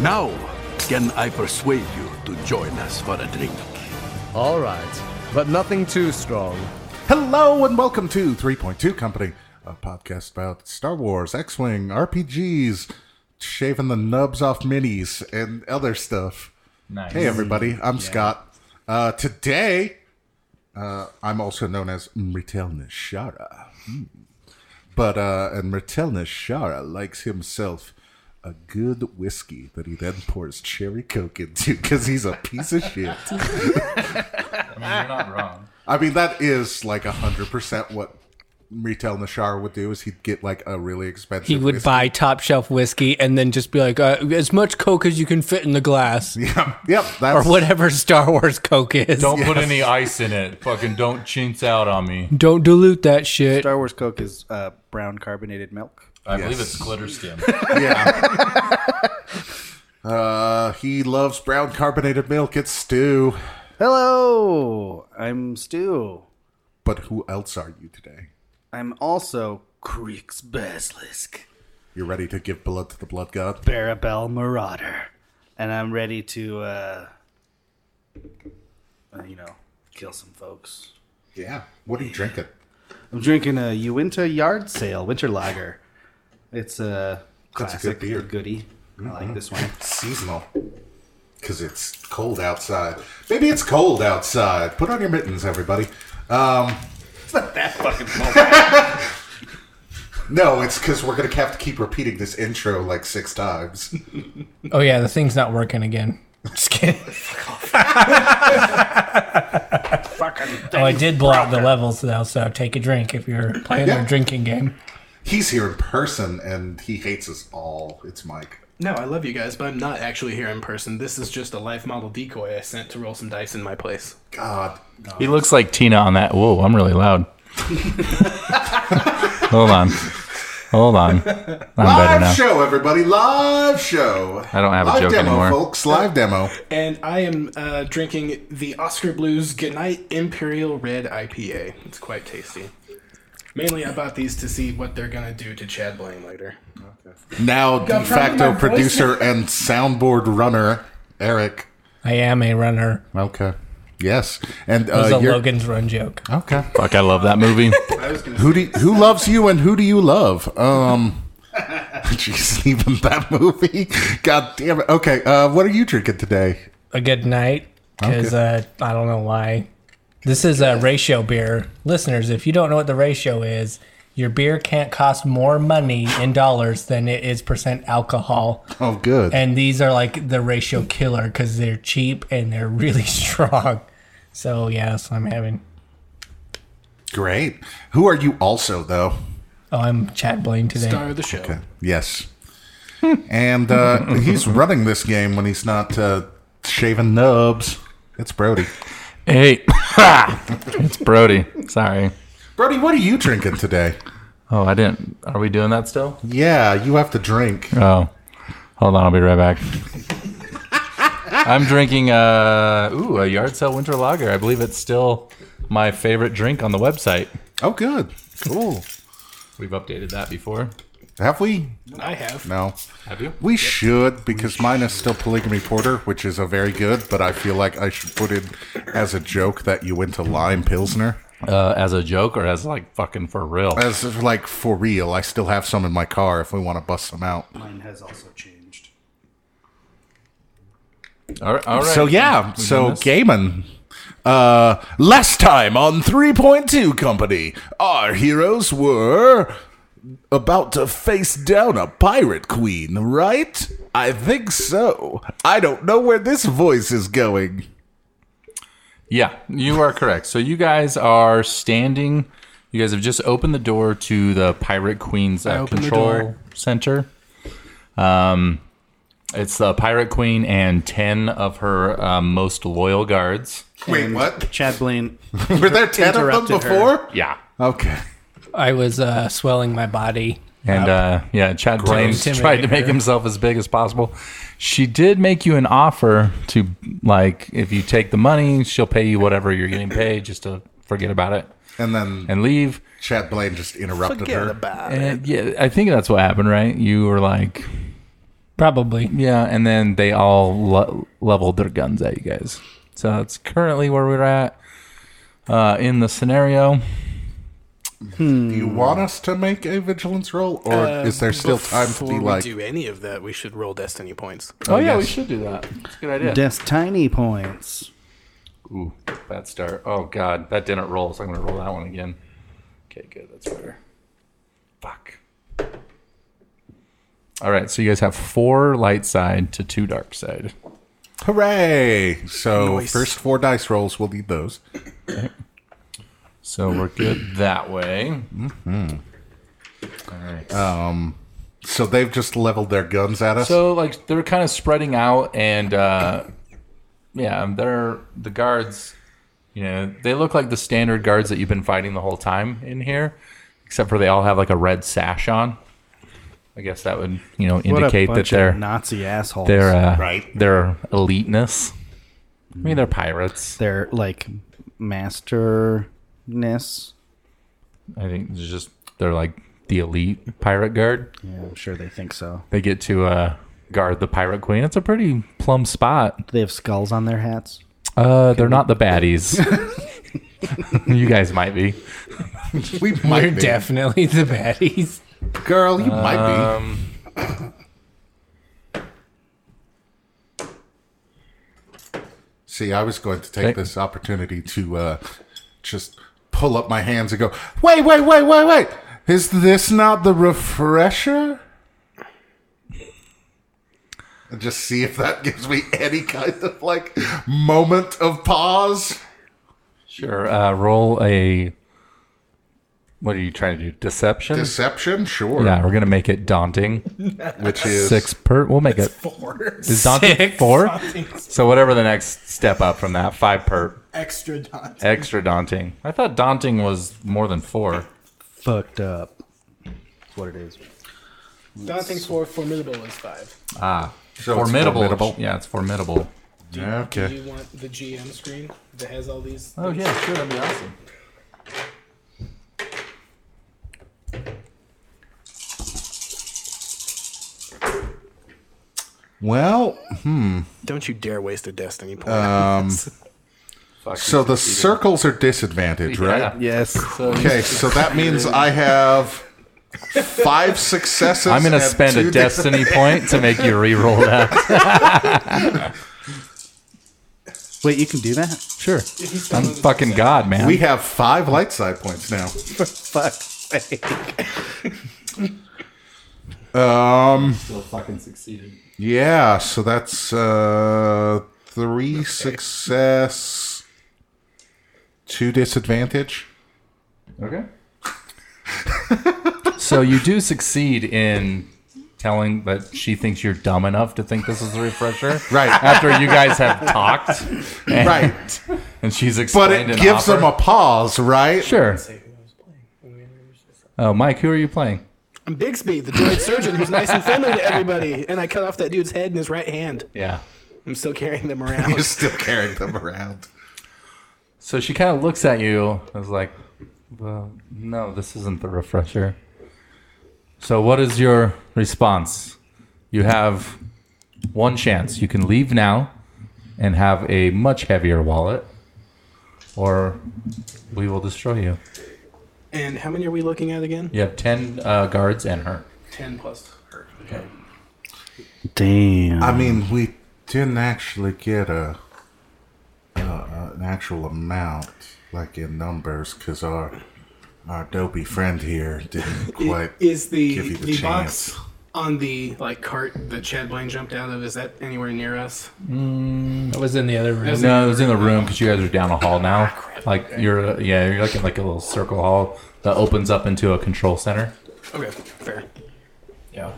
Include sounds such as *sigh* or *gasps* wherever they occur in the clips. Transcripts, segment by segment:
Now, can I persuade you to join us for a drink? All right, but nothing too strong. Hello and welcome to 3.2 Company, a podcast about Star Wars, X Wing, RPGs, shaving the nubs off minis, and other stuff. Nice. Hey, everybody, I'm Scott. Uh, today, uh, I'm also known as Mritel Nishara. Hmm. But, uh, and Mritel Nishara likes himself a good whiskey that he then pours cherry coke into because he's a piece of *laughs* shit. I mean, you're not wrong. I mean, that is like a hundred percent what Retail Nashar would do. Is he'd get like a really expensive. He would whiskey. buy top shelf whiskey and then just be like, uh, as much Coke as you can fit in the glass, Yeah, yep. or That's whatever Star Wars Coke is. Don't put any ice in it. Fucking don't chintz out on me. Don't dilute that shit. Star Wars Coke is uh, brown carbonated milk. I believe Yes. it's glitter skin. *laughs* Yeah. uh, he loves brown carbonated milk. It's stew. Hello, I'm Stu. But who else are you today? I'm also Creek's Basilisk, You're ready to give blood to the blood god. Barabel Marauder, and I'm ready to, uh, uh, you know, kill some folks. Yeah. What are you drinking? I'm drinking a Uinta Yard Sale Winter Lager. It's a That's a good classic, beer. Mm-hmm. goodie. I like *laughs* this one. Seasonal. Because it's cold outside. Maybe it's cold outside. Put on your mittens, everybody. *laughs* Um, *laughs* no, it's because we're going to have to keep repeating this intro like six times. *laughs* Oh yeah, the thing's not working again. *laughs* Just kidding. Uh, oh, I did blow out the levels though, so take a drink if you're playing Yeah. a drinking game. He's here in person and he hates us all. It's Mike. No, I love you guys, but I'm not actually here in person. This is just a life model decoy I sent to roll some dice in my place. God. He looks like Tina on that. Whoa, I'm really loud. Hold on. Hold on. I'm better Live now. show, everybody. Live show. I don't have a Live joke demo, anymore. folks. Live demo. And I am uh, drinking the Oscar Blues Goodnight Imperial Red IPA. It's quite tasty. Mainly, I bought these to see what they're gonna do to Chad Blaine later. Now, de I'm trying to facto my voice. producer and soundboard runner, Eric. I am a runner. Okay. Yes. And It was uh, a you're Logan's Run joke. okay. Fuck, I love that movie. Who do who loves you and who do you love? Um, *laughs* jeez, *laughs* even that movie. God damn it. Okay. Uh, what are you drinking today? A good night, because uh, I don't know why. This is a ratio beer, listeners. If you don't know what the ratio is, your beer can't cost more money in dollars than it is percent alcohol. Oh, good. and these are like the ratio killer because they're cheap and they're really *laughs* strong. So yes, I'm having. Great. Who are you also though? Oh, I'm Chad Blaine today. Star of the show. Yes. and uh, he's running this game when he's not uh, shaving nubs. It's Brody. hey. *laughs* it's Brody. Sorry. Brody, what are you drinking today? Oh, I didn't. Are we doing that still? Yeah, you have to drink. Oh, hold on. I'll be right back. I'm drinking uh ooh a yard sale winter lager. I believe it's still my favorite drink on the website. Oh, good. Cool. We've updated that before. Have we? I have. No. Have you? We should because mine is still polygamy porter, which is a very good. But I feel like I should put in as a joke that you went to lime pilsner. Uh, as a joke or as like fucking for real? As if, like for real, I still have some in my car if we want to bust some out. Mine has also changed. All right. all right. So yeah, We've so done this? Gaiman. Uh, last time on 3.2 Company, our heroes were about to face down a pirate queen, right? I think so. I don't know where this voice is going. Yeah, you are correct. So you guys are standing. You guys have just opened the door to the Pirate Queen's uh, opened the control door. center. Um, it's the Pirate Queen and ten of her um, most loyal guards. Wait, what? *laughs* Chad Blaine. Were there 10 of them Interrupted her. before? Yeah, Okay. I was uh, swelling my body. and uh, yeah, Chad Blaine intimidate tried to make her. himself as big as possible. She did make you an offer to like if you take the money, she'll pay you whatever you're getting paid, just to forget about it And then and leave. Chad Blaine just interrupted her. And yeah, I think that's what happened, right? You were like, Probably. Yeah, and then they all lo- leveled their guns at you guys. So that's currently where we're at uh, in the scenario. Do you want us to make a vigilance roll, or is there still time to Uh, Before be we like, do any of that, we should roll destiny points. Oh, yeah, we should do that. It's a good idea. Des tiny points. Ooh, bad start. Oh god, that didn't roll, so I'm gonna roll that one again. Okay, good, that's better. Fuck. All right, so you guys have four light side to two dark side. hooray? So Nice. first four dice rolls, we'll need those. So we're good that way. Mm-hmm. right. So they've just leveled their guns at us. so like they're kind of spreading out, and uh, yeah, they're the guards. You know, they look like the standard guards that you've been fighting the whole time in here, except for they all have like a red sash on. I guess that would you know What a indicate that bunch they're of Nazi assholes. their uh, Right. their eliteness. I mean, Mm. they're pirates. their like masterness. I think it's just they're like the elite pirate guard. Yeah, I'm sure they think so. They get to uh, guard the pirate queen. It's a pretty plum spot. Do they have skulls on their hats? Uh, they're not the baddies. *laughs* you guys might be. we might We're be. definitely the baddies. girl. You might be. Um, See, I was going to take Hey. this opportunity to uh, just pull up my hands and go, wait, wait, wait, wait, wait. Is this not the refresher? And just see if that gives me any kind of like moment of pause. Sure. Uh, roll a. What are you trying to do? Deception. Deception, sure. yeah, we're gonna make it daunting. Which is Six per. We'll make it. Four. Is daunting Six. four? So whatever the next step up from that, five per. Extra dots. Extra daunting. I thought daunting was more than four. Fucked up. That's what it is. Daunting four, formidable is five. so it's formidable. formidable. Yeah, it's formidable. Do Okay. you want the GM screen that has all these? Oh yeah, sure, that'd be awesome. Well, Don't you dare waste a destiny point. Um, *laughs* so the circles are disadvantage, right? Yes. Okay, so that means I have five successes. I'm gonna and spend two a dis- destiny point to make you *laughs* re-roll that. Wait, you can do that? Sure. I'm fucking god, man. We have five light side points *laughs* now. Fuck's sake. still fucking succeeded. Um, Yeah, so that's uh, three success, two disadvantage. Okay. so you do succeed in telling that she thinks you're dumb enough to think this is a refresher. Right. After you guys have talked. and- Right, And *laughs* she's but explained it an gives them offer. a pause, right? Sure. Oh, Mike, who are you playing? I'm Bixby, the droid surgeon who's nice and friendly to everybody, and I cut off that dude's head in his right hand. Yeah. I'm still carrying *laughs* them You're around. still carrying them around. So she kind of looks at you and is like, well, no, this isn't the refresher. So what is your response? You have one chance. You can leave now and have a much heavier wallet, or we will destroy you. and how many are we looking at again? You have 10 uh, guards and her. Ten plus her. Okay. Damn. I mean, we didn't actually get a uh, an actual amount, like in numbers, because our our dopey friend here didn't quite. Is Give the you the the box chance. on the like cart that Chad Blaine jumped out of? Is that anywhere near us? That was in the other room. No, it was in the room because you guys are down a hall now. Like you're, uh, yeah, you're like in like a little circle hall that opens up into a control center. Okay, fair. Yeah.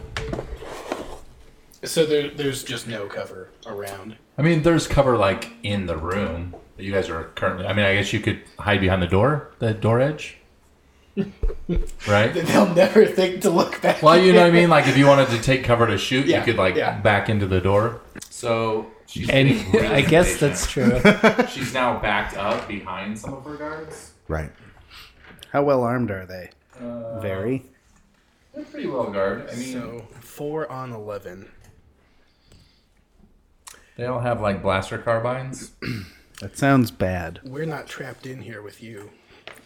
So there, there's just no cover around. I mean, there's cover like in the room that you guys are currently. I mean, I guess you could hide behind the door, the *laughs* door edge, right? They'll never think to look back. Well, you know what I *laughs* mean. Like if you wanted to take cover to shoot, Yeah, you could like yeah. back into the door. So she's And getting *laughs* really I guess impatient. that's true. *laughs* she's now backed up behind some of her guards. Right. *laughs* How well armed are they? Very. They're pretty well guarded. I mean, So four on eleven. They don't have like blaster carbines. That sounds bad. We're not trapped in here with you.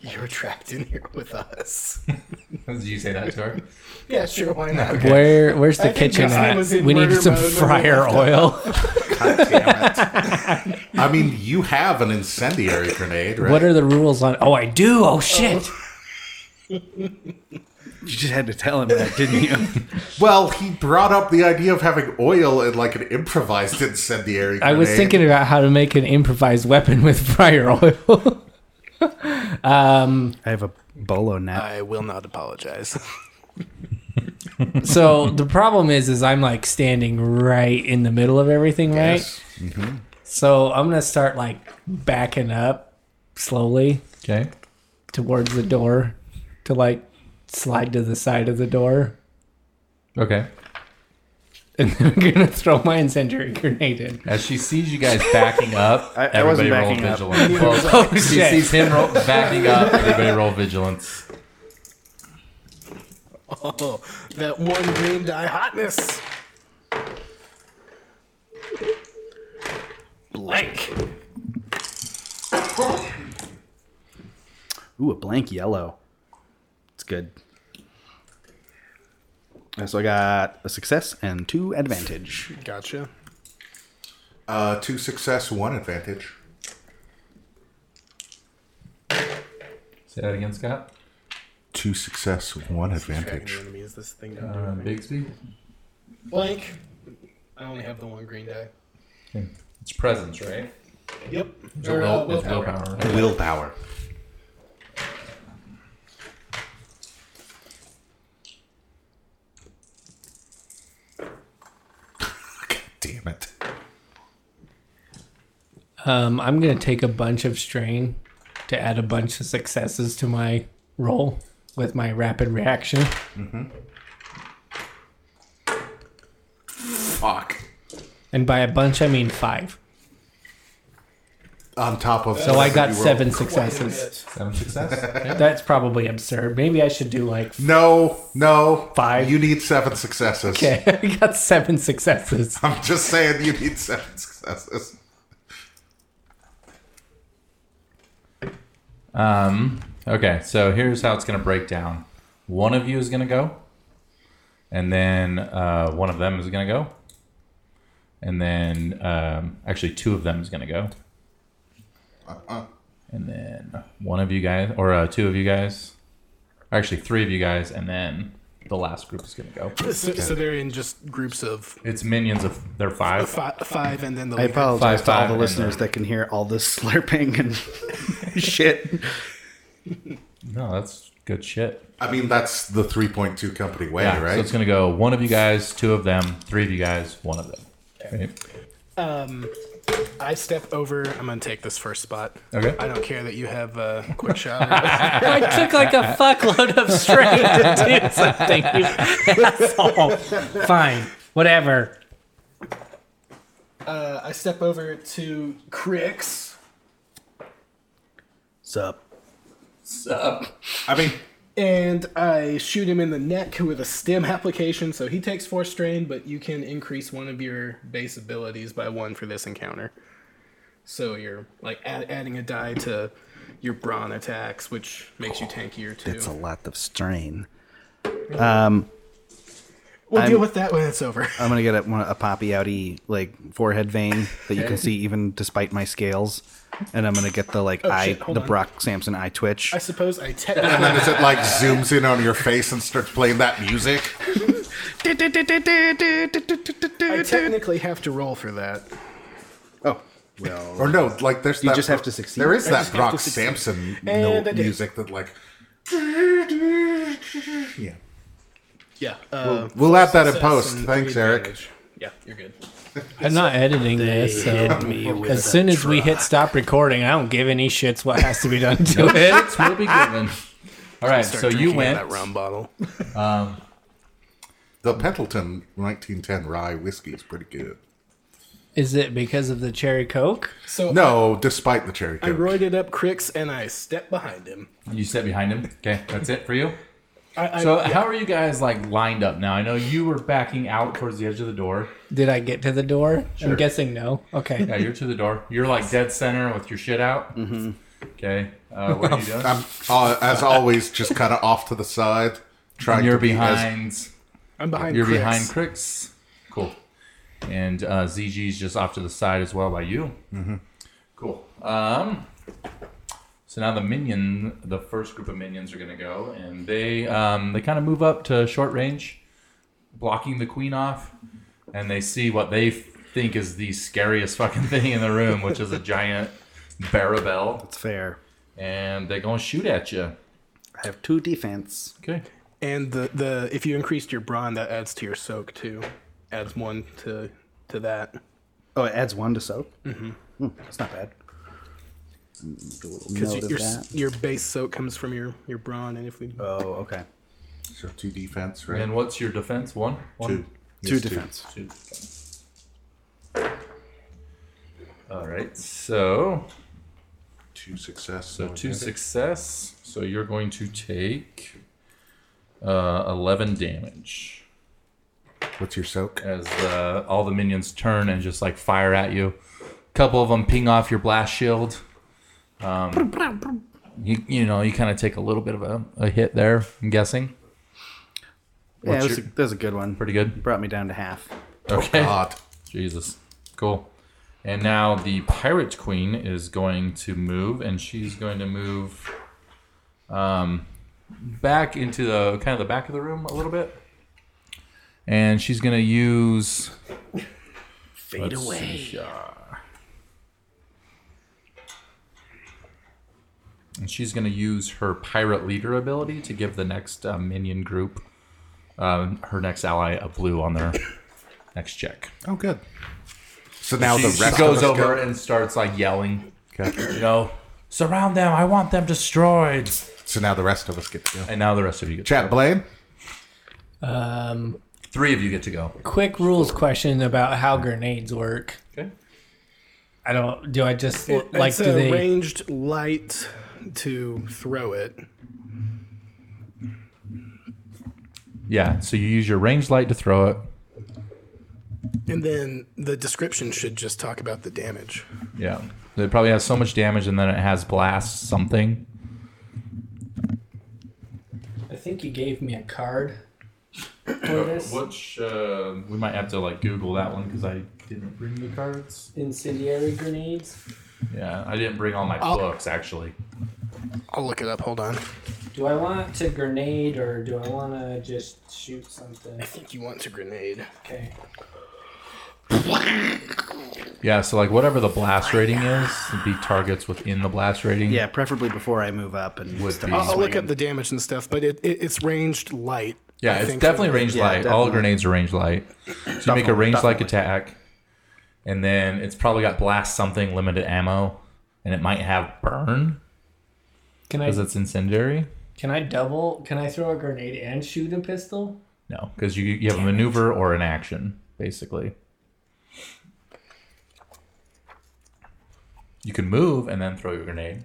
You're trapped in here with us. *laughs* Did you say that to her? yeah, sure, why not? Where where's the I think kitchen I at? was in We need murder some mode when we fryer *laughs* left. oil. I mean, you have an incendiary grenade, right? What are the rules on? Oh, I do. Oh shit. You just had to tell him that, didn't you? well, he brought up the idea of having oil in like an improvised incendiary I grenade. was thinking about how to make an improvised weapon with *laughs* fryer oil. um, I have a bolo net. I will not apologize. *laughs* so the problem is, is I'm like standing right in the middle of everything, right? Yes. So I'm gonna start like backing up slowly Okay. towards the door to like slide to the side of the door, *laughs* Okay. and then I'm gonna throw my incendiary grenade in. As she sees you guys backing up, *laughs* I- I wasn't everybody roll backing up. vigilance. Oh *laughs* Well, *laughs* she shit! sees him roll, backing up. Everybody roll vigilance. Oh, that one green die hotness. Blank. Ooh, a blank yellow. It's good. Uh, So I got a success and two advantage. Gotcha. Uh, two success, one advantage. Say that again, Scott. Two success, one Dragon advantage. enemy is this thing Uh, down there. Bigsby. Blank. I only have the one green die. It's presence, right? Yep. It's will- it's willpower, *laughs* right? Willpower. God damn it. Um, I'm gonna take a bunch of strain to add a bunch of successes to my roll with my rapid reaction. Fuck. And by a bunch, I mean five. On top of So I got you rolled. seven successes. Seven success. That's probably absurd. Maybe I should do like, *laughs* No, no. Five. You need seven successes. okay, I got seven successes. I'm just saying you need seven successes. Um, okay, so here's how it's going to break down. One of you is going to go, and then uh, one of them is going to go, and then um, actually two of them is going to go, and then one of you guys or uh, two of you guys, actually three of you guys, and then the last group is going to go. So, so they're in just groups of It's minions of they're five. five, five and then the I leader. apologize Five, to all five, the and listeners then- that can hear all this *laughs* slurping and *laughs* shit. No, that's good shit. I mean, that's the 3.2 company way, Yeah, right? so it's going to go one of you guys, two of them, three of you guys, one of them. Right? I step over. I'm gonna take this first spot. Okay. I don't care that you have a *laughs* quick shot. I took like a fuckload of strain to do something. you asshole. Fine, whatever. uh, I step over to Crix. Sup? I mean, and I shoot him in the neck with a stim *laughs* application, so he takes four strain, but you can increase one of your base abilities by one for this encounter. So you're like add, adding a die to your brawn attacks, which makes you tankier too. It's a lot of strain. we'll I'm- deal with that when it's over. I'm gonna get a, one- a poppy outy like forehead vein that you can see even despite my scales, and I'm gonna get the like eye, Oh, shit, hold the on. Brock Sampson eye twitch. I suppose I *laughs* technically and then as it like zooms in on your face and starts playing that music, I technically have to roll for that. oh, well, or no, like there's You that, just have to succeed. There is I that just have Brock to succeed. Sampson And note I did. music that like, yeah. Yeah. Uh, We'll add that in success post. and Thanks, three Eric. advantage. Yeah, you're good. I'm not editing this, so as soon as we hit stop recording, I don't give any shits what has to be done to it. Hits will be *laughs* given. All right, Start so you drinking out of went. that rum bottle. The Pendleton 1910 rye whiskey is pretty good. Is it because of the cherry coke? So No, despite the cherry I coke. roided up Crix and I stepped behind him. You step behind him. Okay, that's it for you. I, I, So how are you guys like lined up now? I know you were backing out towards the edge of the door. Did I get to the door? I'm guessing no. Okay. Yeah, you're to the door. You're like dead center with your shit out. Mm-hmm. Okay. Uh, what *laughs* are you doing? I'm uh, as always just kind of off to the side, trying you're to be as- behind. I'm behind. You're Chris. behind Crix. Cool. And uh, ZG's just off to the side as well by you. Mm-hmm. Cool. Um, so now the minion, the first group of minions are going to go, and they um, they kind of move up to short range, blocking the queen off, and they see what they f- think is the scariest fucking thing in the room, which is a giant barabel, It's fair. and they're going to shoot at you. I have two defense. Okay. And the, the if you increased your brawn, that adds to your soak too. Adds one to to that. Oh, it adds one to soak. Mm-hmm. that's not bad. Mm, Do a little Because note of your that. your base soak comes from your your brawn, and if we Oh, okay. So two defense, right? And what's your defense? One. One? two. Two defense. Two. All right, so Two, two success. so two success. So you're going to take uh, eleven damage What's your soak? as uh, all the minions turn and just like fire at you. A couple of them ping off your blast shield. Um, you you know you kind of take a little bit of a, a hit there. I'm guessing Yeah, What's that's, your- a, that's a good one. pretty good. Brought me down to half. Okay. God. Jesus. Cool. And now the pirate queen is going to move, and she's going to move um, back into the kind of the back of the room a little bit. And she's going to use fade away. And she's going to use her pirate leader ability to give the next uh, minion group, uh, her next ally, a blue on their next check Oh, good. So now she, the she rest goes of us over go- and starts like yelling, Okay. you know, surround them. I want them destroyed. So now the rest of us get to go. And now the rest of you get Chat Blaine. Um, three of you get to go. quick rules question about how grenades work. Okay. I don't. Do I just like it's do a they? ranged light to throw it. Yeah. So you use your range light to throw it. And then the description should just talk about the damage. Yeah. It probably has so much damage, and then it has blast something. I think you gave me a card. Uh, For this Which uh, we might have to like Google that one because I didn't bring the cards. incendiary grenades. Yeah, I didn't bring all my I'll- books actually. I'll look it up. Hold on. Do I want to grenade or do I want to just shoot something? I think you want to grenade. Okay. Yeah. So like whatever the blast rating is, the targets within the blast rating. Yeah, preferably before I move up and Would start be- I'll, I'll look swinging. up the damage and stuff, but it, it it's ranged light. Yeah, I it's think, definitely for- range Yeah, light. All definitely. grenades are range light. So you make a Definitely, range like definitely. attack, and then it's probably got blast something, limited ammo, and it might have burn Can because I it's incendiary. can I double? Can I throw a grenade and shoot a pistol? No, because you you have a maneuver or an action basically. You can move and then throw your grenade.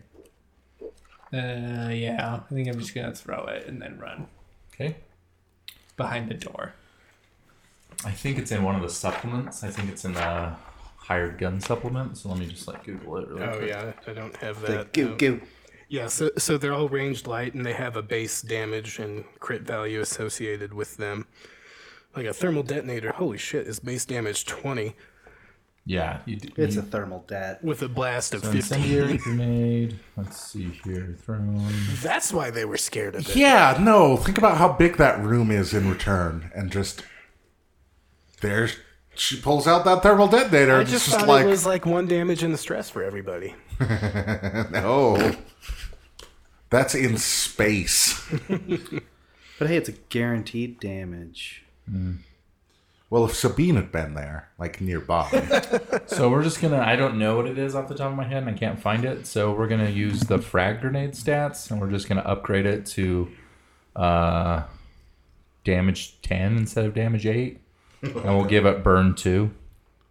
Uh, yeah. I think I'm just gonna throw it and then run Okay. behind the door. I think it's in one of the supplements. I think it's in the hired gun supplement. So let me just like Google it really Oh quick. yeah, I don't have The that. goo no. goo. Yeah, so so they're all ranged light, and they have a base damage and crit value associated with them. Like a thermal detonator. Holy shit! Is base damage twenty Yeah, you, d- It's you- a thermal debt. with a blast of So fifteen? *laughs* incendiary grenade. Let's see here. Thrown. That's why they were scared of it. Yeah, no. Think about how big that room is in return, and just there's she pulls out that thermal detonator. I and it's just just thought like it was like one damage in the stress for everybody. no, oh, that's in space. But hey, it's a guaranteed damage. Well, if Sabine had been there, like *laughs* nearby, So we're just gonna. I don't know what it is off the top of my head, and I can't find it. So we're gonna use the frag grenade stats, and we're just gonna upgrade it to uh, damage ten instead of damage eight, and we'll give it burn two.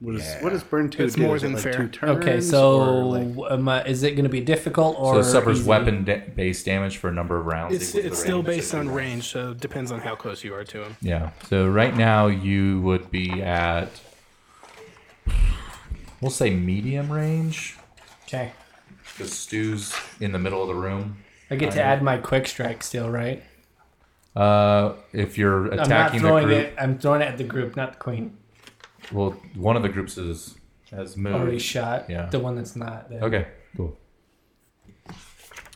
What is what does burn two It's do? more Is it than like fair. Two Okay, turns Okay, or, so like- am I- is it going to be difficult or So it suffers easy? weapon da- base damage for a number of rounds. It's, equal to the it's still range of based the on round. range, so it depends on how close you are to him. Yeah. So right now you would be at, we'll say medium range, Okay, because Stu's in the middle of the room. I get to add my quick strike still, right? Uh, if you're I'm not attacking the throwing group, it. I'm throwing it at the group, not the queen. well, one of the groups is has moved. Already shot. Yeah. The one that's not. Then. Okay, cool.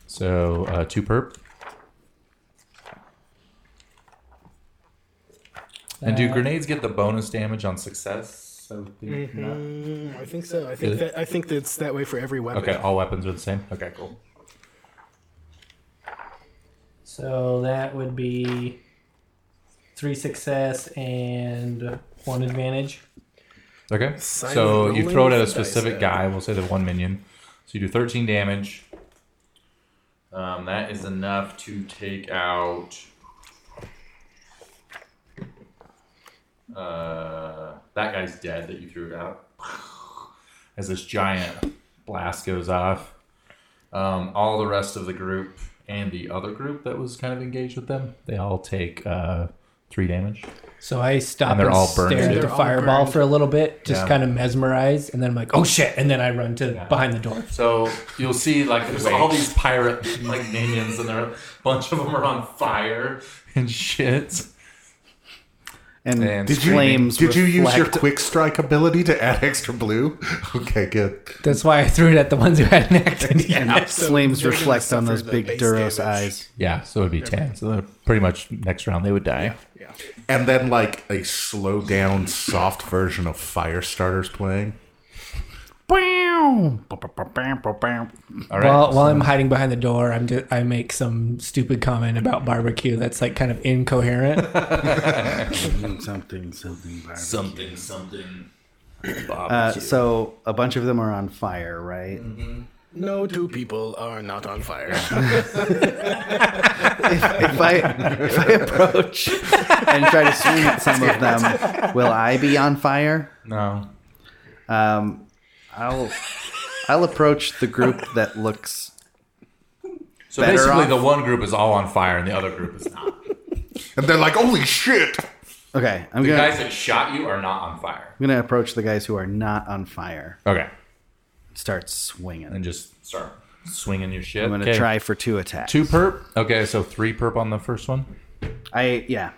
So uh, two perp. And do grenades get the bonus damage on success? I think not. Mm-hmm. I think so. I think Is that I think that's that way for every weapon. Okay, all weapons are the same. Okay, cool. So that would be three success and one advantage. Okay, so Silent you throw it at a rolling dice specific then. guy. We'll say the one minion. So you do 13 damage. Um, that is enough to take out. Uh, that guy's dead that you threw it out. *laughs* As this giant blast goes off, um, all the rest of the group and the other group that was kind of engaged with them, they all take uh, three damage. So I stop And and, they're all stare burned too. at the They're all fireball burned. for a little bit, just Yeah. kind of mesmerized, and then I'm like, "Oh shit!" And then I run to behind the door. So you'll see like there's all these pirate like minions and there a bunch of them are on fire and shit. and And did did Did you- flames. Did you use your *laughs* reflect- quick strike ability to add extra blue? *laughs* Okay, good. That's why I threw it at the ones who hadn't *laughs* acted yet. And flames they're gonna reflect on suffer those the big base Duros damage. eyes. Yeah, so it'd be ten. So they're pretty much next round they would die. And then like a slow down, soft version of Firestarter's playing. All right. While, while I'm hiding behind the door, I'm do, I make some stupid comment about barbecue that's like kind of incoherent. Something, something. something, something. Uh, so a bunch of them are on fire, right? No two people are not on fire. if I if I approach and try to swing at some of them, will I be on fire? No. Um, I'll I'll approach the group that looks. So Better basically off- the one group is all on fire and the other group is not. And they're like, holy shit! Okay, I'm The gonna guys that shot you are not on fire. I'm gonna approach the guys who are not on fire. Okay. Start swinging. And just start swinging your shit. I'm gonna Okay. try for two attacks. two perp. Okay, so three perp on the first one. I yeah.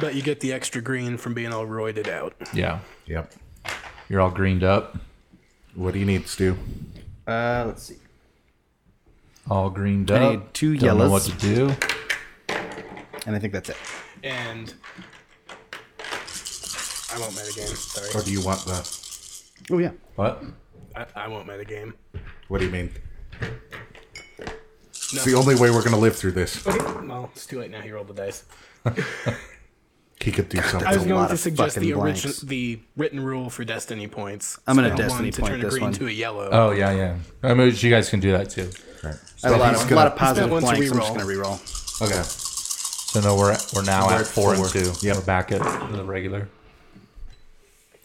but you get the extra green from being all roided out. Yeah. Yep. You're all greened up. What do you need, Stu? Uh, let's see. All greened I up. need two Don't know yellows. what to do. And I think that's it. And I won't metagame. Or Sorry. do you want the? Oh yeah. What? I, I won't metagame. What do you mean? It's the only way we're gonna live through this. Well, it's too late now. He rolled the dice. He could do something. I was a going lot to of suggest fucking the blanks. original, the written rule for destiny points. I'm gonna Step destiny to point turn a this green one. to a yellow. Oh yeah, yeah. I mean, you guys can do that too. I have a lot he's of, gonna- a lot of positive That one's a blanks. I'm just reroll. gonna reroll. Okay. So no, we're at, we're now We're at at four, four. and two. Yep. We're back at the regular.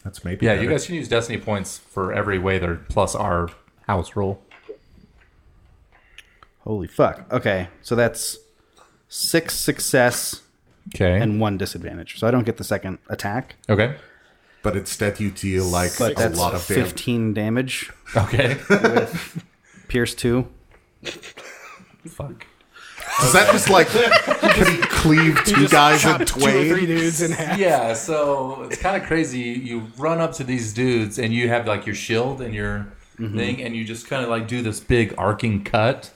That's maybe. Yeah, you better. guys can use destiny points for every way there, plus our house roll. Holy fuck. Okay, so that's six success Okay. and one disadvantage. So I don't get the second attack. okay. But instead, you deal like But a that's lot of damage. 15 damage. *laughs* Okay. Pierce 2. Fuck. Is that just *laughs* like can he cleave two guys in Two or *laughs* three twain? dudes in half. *laughs* Yeah. So it's kind of crazy. You run up to these dudes, and you have like your shield and your thing, and you just kind of like do this big arcing cut,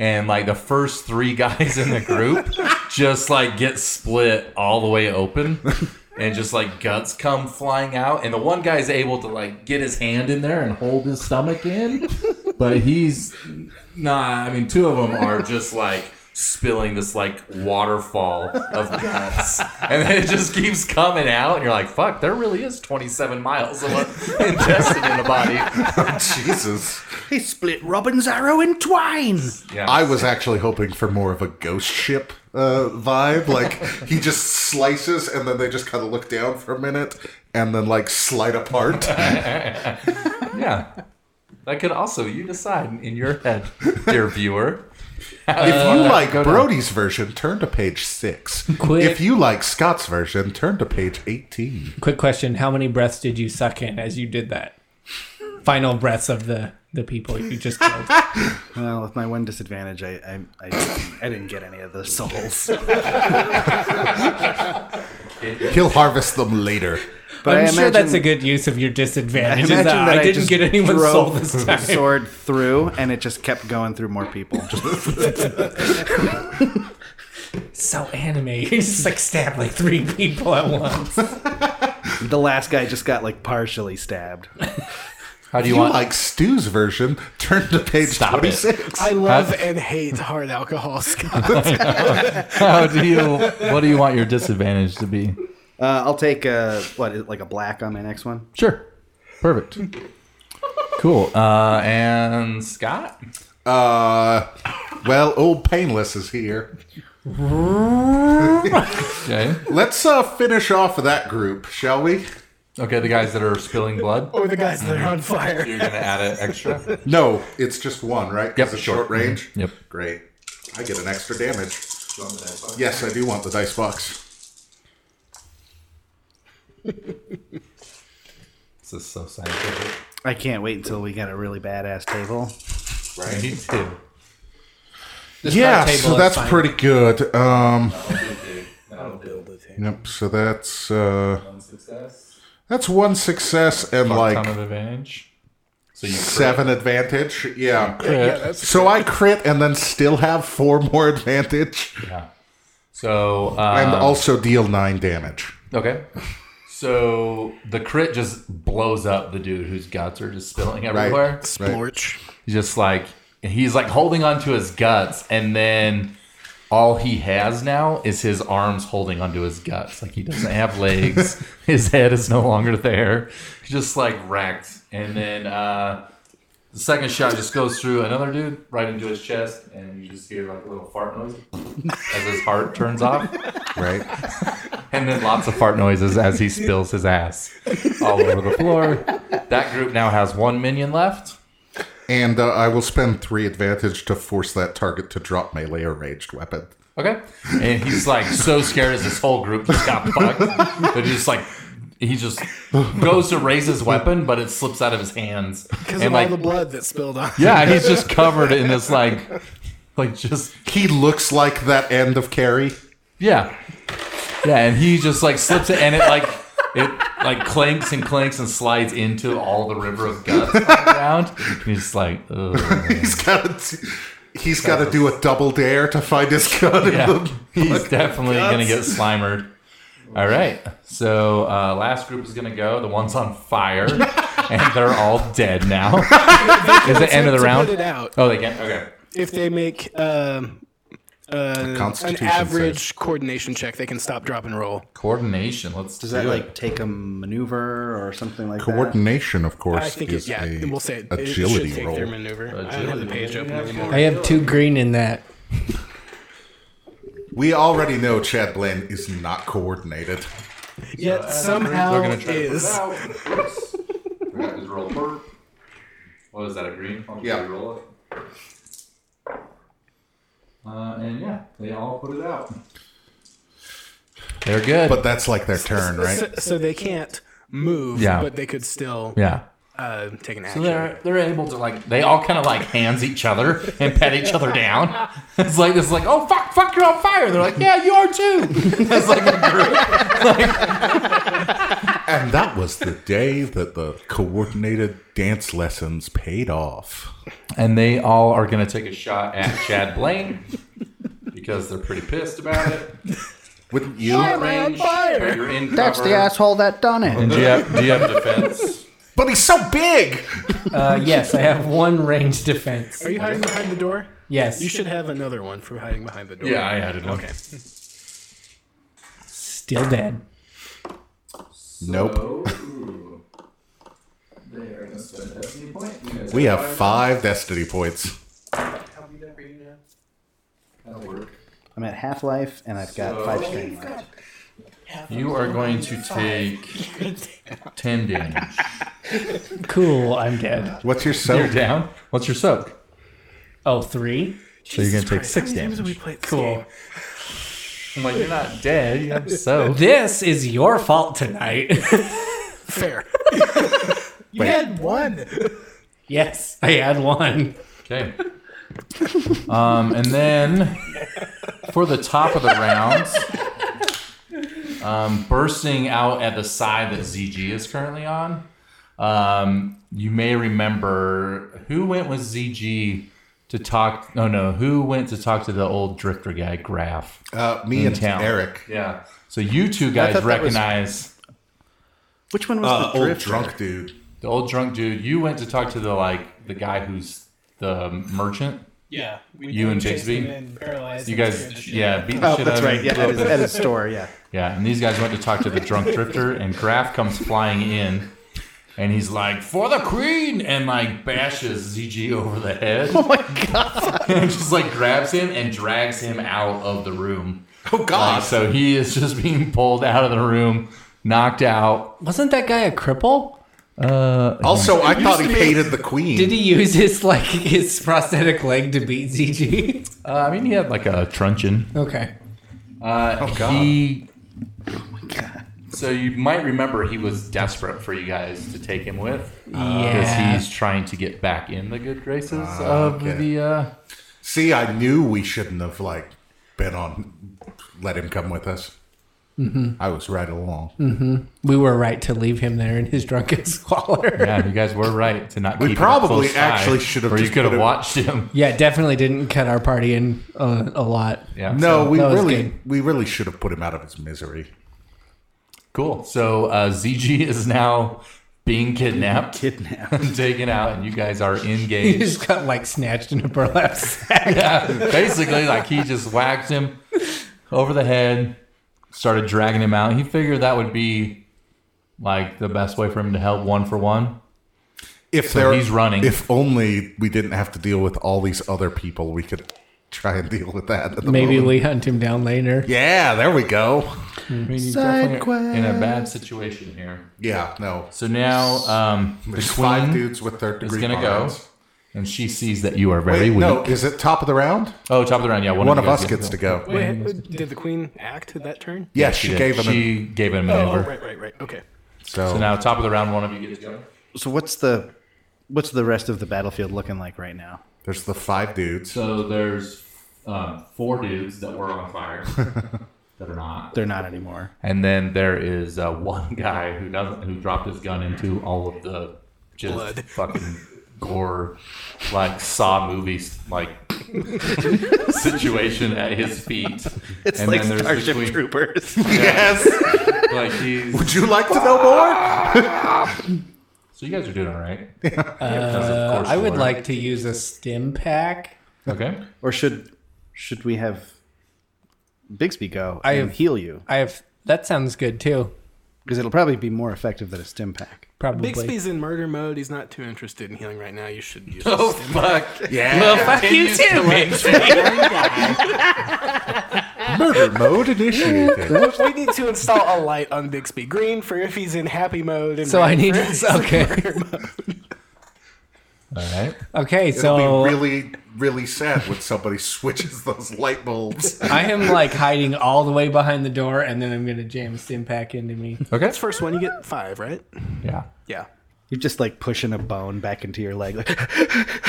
and like the first three *laughs* guys in the group just like get split all the way open. and just like guts come flying out and the one guy's able to like get his hand in there and hold his stomach in but he's nah i mean two of them are just like spilling this like waterfall of guts and then it just keeps coming out and you're like fuck there really is 27 miles of uh, *laughs* intestine in the body Oh, Jesus, He split Robin's arrow in twine. yeah I was actually hoping for more of a ghost ship uh, vibe. Like he just slices, and then they just kind of look down for a minute, and then like slide *laughs* apart. Yeah. That could also, you decide in your head, dear viewer. If you like Brody's version, turn to page six. Quick. If you like Scott's version, turn to page 18. Quick question: How many breaths did you suck in as you did that? Final breaths of the the people you just killed. Well, with my one disadvantage, I I, I, I didn't get any of *laughs* the souls. He'll harvest them later. But I'm I sure that's a imagine- good use of your disadvantage. is imagine that that I, I didn't just get anyone's drove- soul this time. Sword through, and it just kept going through more people. *laughs* Just so anime. You just like stab like three people at once. the last guy just got like partially stabbed. Uh, How do If you you want? like Stu's version, turn to page Stop it. 26. I love and hate hard alcohol, Scott. How do you? What do you want your disadvantage to be? Uh, I'll take a what is it, like a black on my next one. Sure. Perfect. Cool. Uh, and Scott? Uh, well, old Painless is here. Okay. Let's uh, finish off that group, shall we? Okay, the guys that are spilling blood. or Oh, the guys that are on fire. You're going to add an extra? No, it's just one, right? 'Cause Yep, it's sure. Mm-hmm. short range. Yep. Great. I get an extra damage. Yes, I do want the dice box. This is so scientific. I can't wait until we get a really badass table. Right? Me too. yeah, table so is that's fine. pretty good. Um, Yep. So that's uh, Success. that's one success and Ton of like advantage. So you crit. seven advantage. Yeah. Yeah, that's So I crit and then still have four more advantage Yeah. So. Um, and also deal nine damage. Okay. So the crit just blows up the dude whose guts are just spilling Right. everywhere. Right. He's just like he's like holding onto his guts, and then all he has now is his arms holding onto his guts. Like he doesn't have legs. his head is no longer there. He's just like wrecked. And then uh, the second shot just goes through another dude right into his chest, and you just hear like a little fart noise as his heart turns off. Right. And then lots of fart noises as he spills his ass all over the floor. That group now has one minion left. And uh, I will spend three advantage to force that target to drop melee or ranged weapon. Okay. And he's like so scared as this whole group just got fucked. They're just like he just goes to raise his weapon, but it slips out of his hands. because And of like all the blood that spilled on. Yeah, he's just covered in this like like just He looks like that end of Carrie. Yeah. Yeah, and he just like slips it and it like it like clanks and clanks and slides into all the river of guts on the ground. And he's just like, ugh. He's got to. He's got to do a double dare to find his gun. in Yeah, the- *laughs* he's definitely gonna get slimered. All right, so uh, last group is gonna go. The one's on *laughs* fire, and they're all dead *laughs* now. is it end of the to round? Put it out Oh, they can. Okay. if they make um, uh, an Constitution average coordination check, they can stop, drop, and roll. Coordination. Let's Does do that it. like take a maneuver or something like that? Coordination, of course, I think is it, yeah, a we'll say it, it should agility take roll. their maneuver. I don't have the page open anymore. I have two green in that. We already know Chad Blaine is not coordinated. Yet somehow They're gonna try to put is it *laughs* out. We got this roll first. What is that? A green? I'll Yeah. Roll it. Uh, and yeah, they all put it out. They're good. But that's like their turn, right? so, so they can't move, Yeah. but they could still yeah. uh, take an So action. they're they're able to like they all kind of like hands each other and pat each other down. *laughs* It's like it's like oh fuck fuck you're on fire. They're like yeah you are too. *laughs* It's like a group. And that was the day that the coordinated dance lessons paid off. And they all are gonna take a shot at Chad Blaine because they're pretty pissed about it. Wouldn't you? Range, but you're in cover. asshole that done it. And do you have, do you have *laughs* defense? But he's so big. Uh, yes, I have one range defense. Are you hiding behind the door? Yes. You should have another one for hiding behind the door. Yeah, I added one. Okay. Still dead. Nope. They are gonna spend destiny point. You guys We have five destiny points. That'll work. I'm at half life, and I've got So- five strain left. You are going to take *laughs* 10 damage. Cool, I'm dead. What's your You're soap? down. What's your soak? Oh, three? So you're going to take 6 damage. Cool. I'm like, you're not dead. You have soak. This is your fault tonight. *laughs* Fair. you had one. yes, I had one. Okay. Um, and then for the top of the rounds, um, bursting out at the side that ZG is currently on, um, you may remember who went with ZG to talk. Oh no, who went to talk to the old drifter guy, Graf? Uh, me in and town. Eric. Yeah. So you two guys that was- recognize Which one was Uh, the old drifter? drunk dude. the old drunk dude. You went to talk to the like the guy who's the merchant. Yeah. We You and chased Bixby? him in, paralyzed, You and scared the guys, shit yeah, beat the Oh, shit that's out of right. him. Yeah, at his, at his store. Yeah. Yeah, and these guys went to talk to the drunk drifter, and Graf comes flying in, and he's like, "For the queen!" and like bashes ZG over the head. *laughs* Oh my god! *laughs* and just like grabs him and drags him out of the room. Oh Like, so he is just being pulled out of the room, knocked out. Wasn't that guy a cripple? also, I thought he hated the queen. Did he use his like his prosthetic leg to beat ZG? Uh, I mean, he had like a truncheon. *laughs* okay. Uh, God. He, Oh, So you might remember he was desperate for you guys to take him with. Because Yeah. he's trying to get back in the good graces of Ah, okay. the. Uh, See, I knew we shouldn't have like been on. Let him come with us. I was right along. We were right to leave him there in his drunken *laughs* squalor. yeah, you guys were right to not. We keep him a probably close actually eye, should have Or you just could put have him- watched him. *laughs* Yeah, definitely didn't cut our party in uh, a lot. Yeah. No, so- we that was really, good. we really should have put him out of his misery. cool. So uh, ZG is now being kidnapped, Kidnapped. and *laughs* taken out, and you guys are *laughs* He *laughs* engaged. just got like snatched in a *laughs* burlap sack. yeah, basically, like he just whacked him over the head, started dragging him out. He figured that would be like the best way for him to help one for one. If there, he's running. If only we didn't have to deal with all these other people. We could try and deal with that. At the Maybe moment. we hunt him down later. Yeah, there we go. I mean, he's definitely in a bad situation here. Yeah, no. So now um, the There's five queen dudes with third is degree. gonna go, burns. and she sees that you are very Wait, weak. no, is it top of the round? Oh, top of the round. Yeah, one, One of you guys us gets to go. Wait, did the queen act that turn? Yeah, she, did. gave him. a- She gave him a Oh, maneuver. right, right, right. Okay. So now, top of the round, one of you gets to go. So what's the what's the rest of the battlefield looking like right now? There's the five dudes. So there's um, four dudes that were *laughs* on fire that are not, They're not anymore. and then there is uh, *laughs* one guy who doesn't who dropped his gun into all of the just *laughs* fucking gore, like Saw movies *laughs* like situation at his feet. It's And like then there's the Starship queen. *laughs* Troopers. Yes. Like he's Would you like to know more? so you guys are doing all *laughs* right. Because of course Uh, I you would are. like to use a stim pack. okay. or should should we have Bixby go I and have- heal you? I have that sounds good too. Because it'll probably be more effective than a stim pack. Probably. Bixby's in murder mode. He's not too interested in healing right now. You should use Oh this. fuck! *laughs* Yeah. Fuck you too, Bixby. Murder mode *laughs* initiated. We need to install a light on Bixby Green for if he's in happy mode. And So I red need for- *laughs* okay. All right. Okay, It'll so *laughs* be really, really sad when somebody *laughs* switches those light bulbs. I am like hiding all the way behind the door, and then I'm gonna jam a stim pack into me. Okay. That's first one. You get five, right? Yeah. Yeah. You're just like pushing a bone back into your leg. Like, *laughs*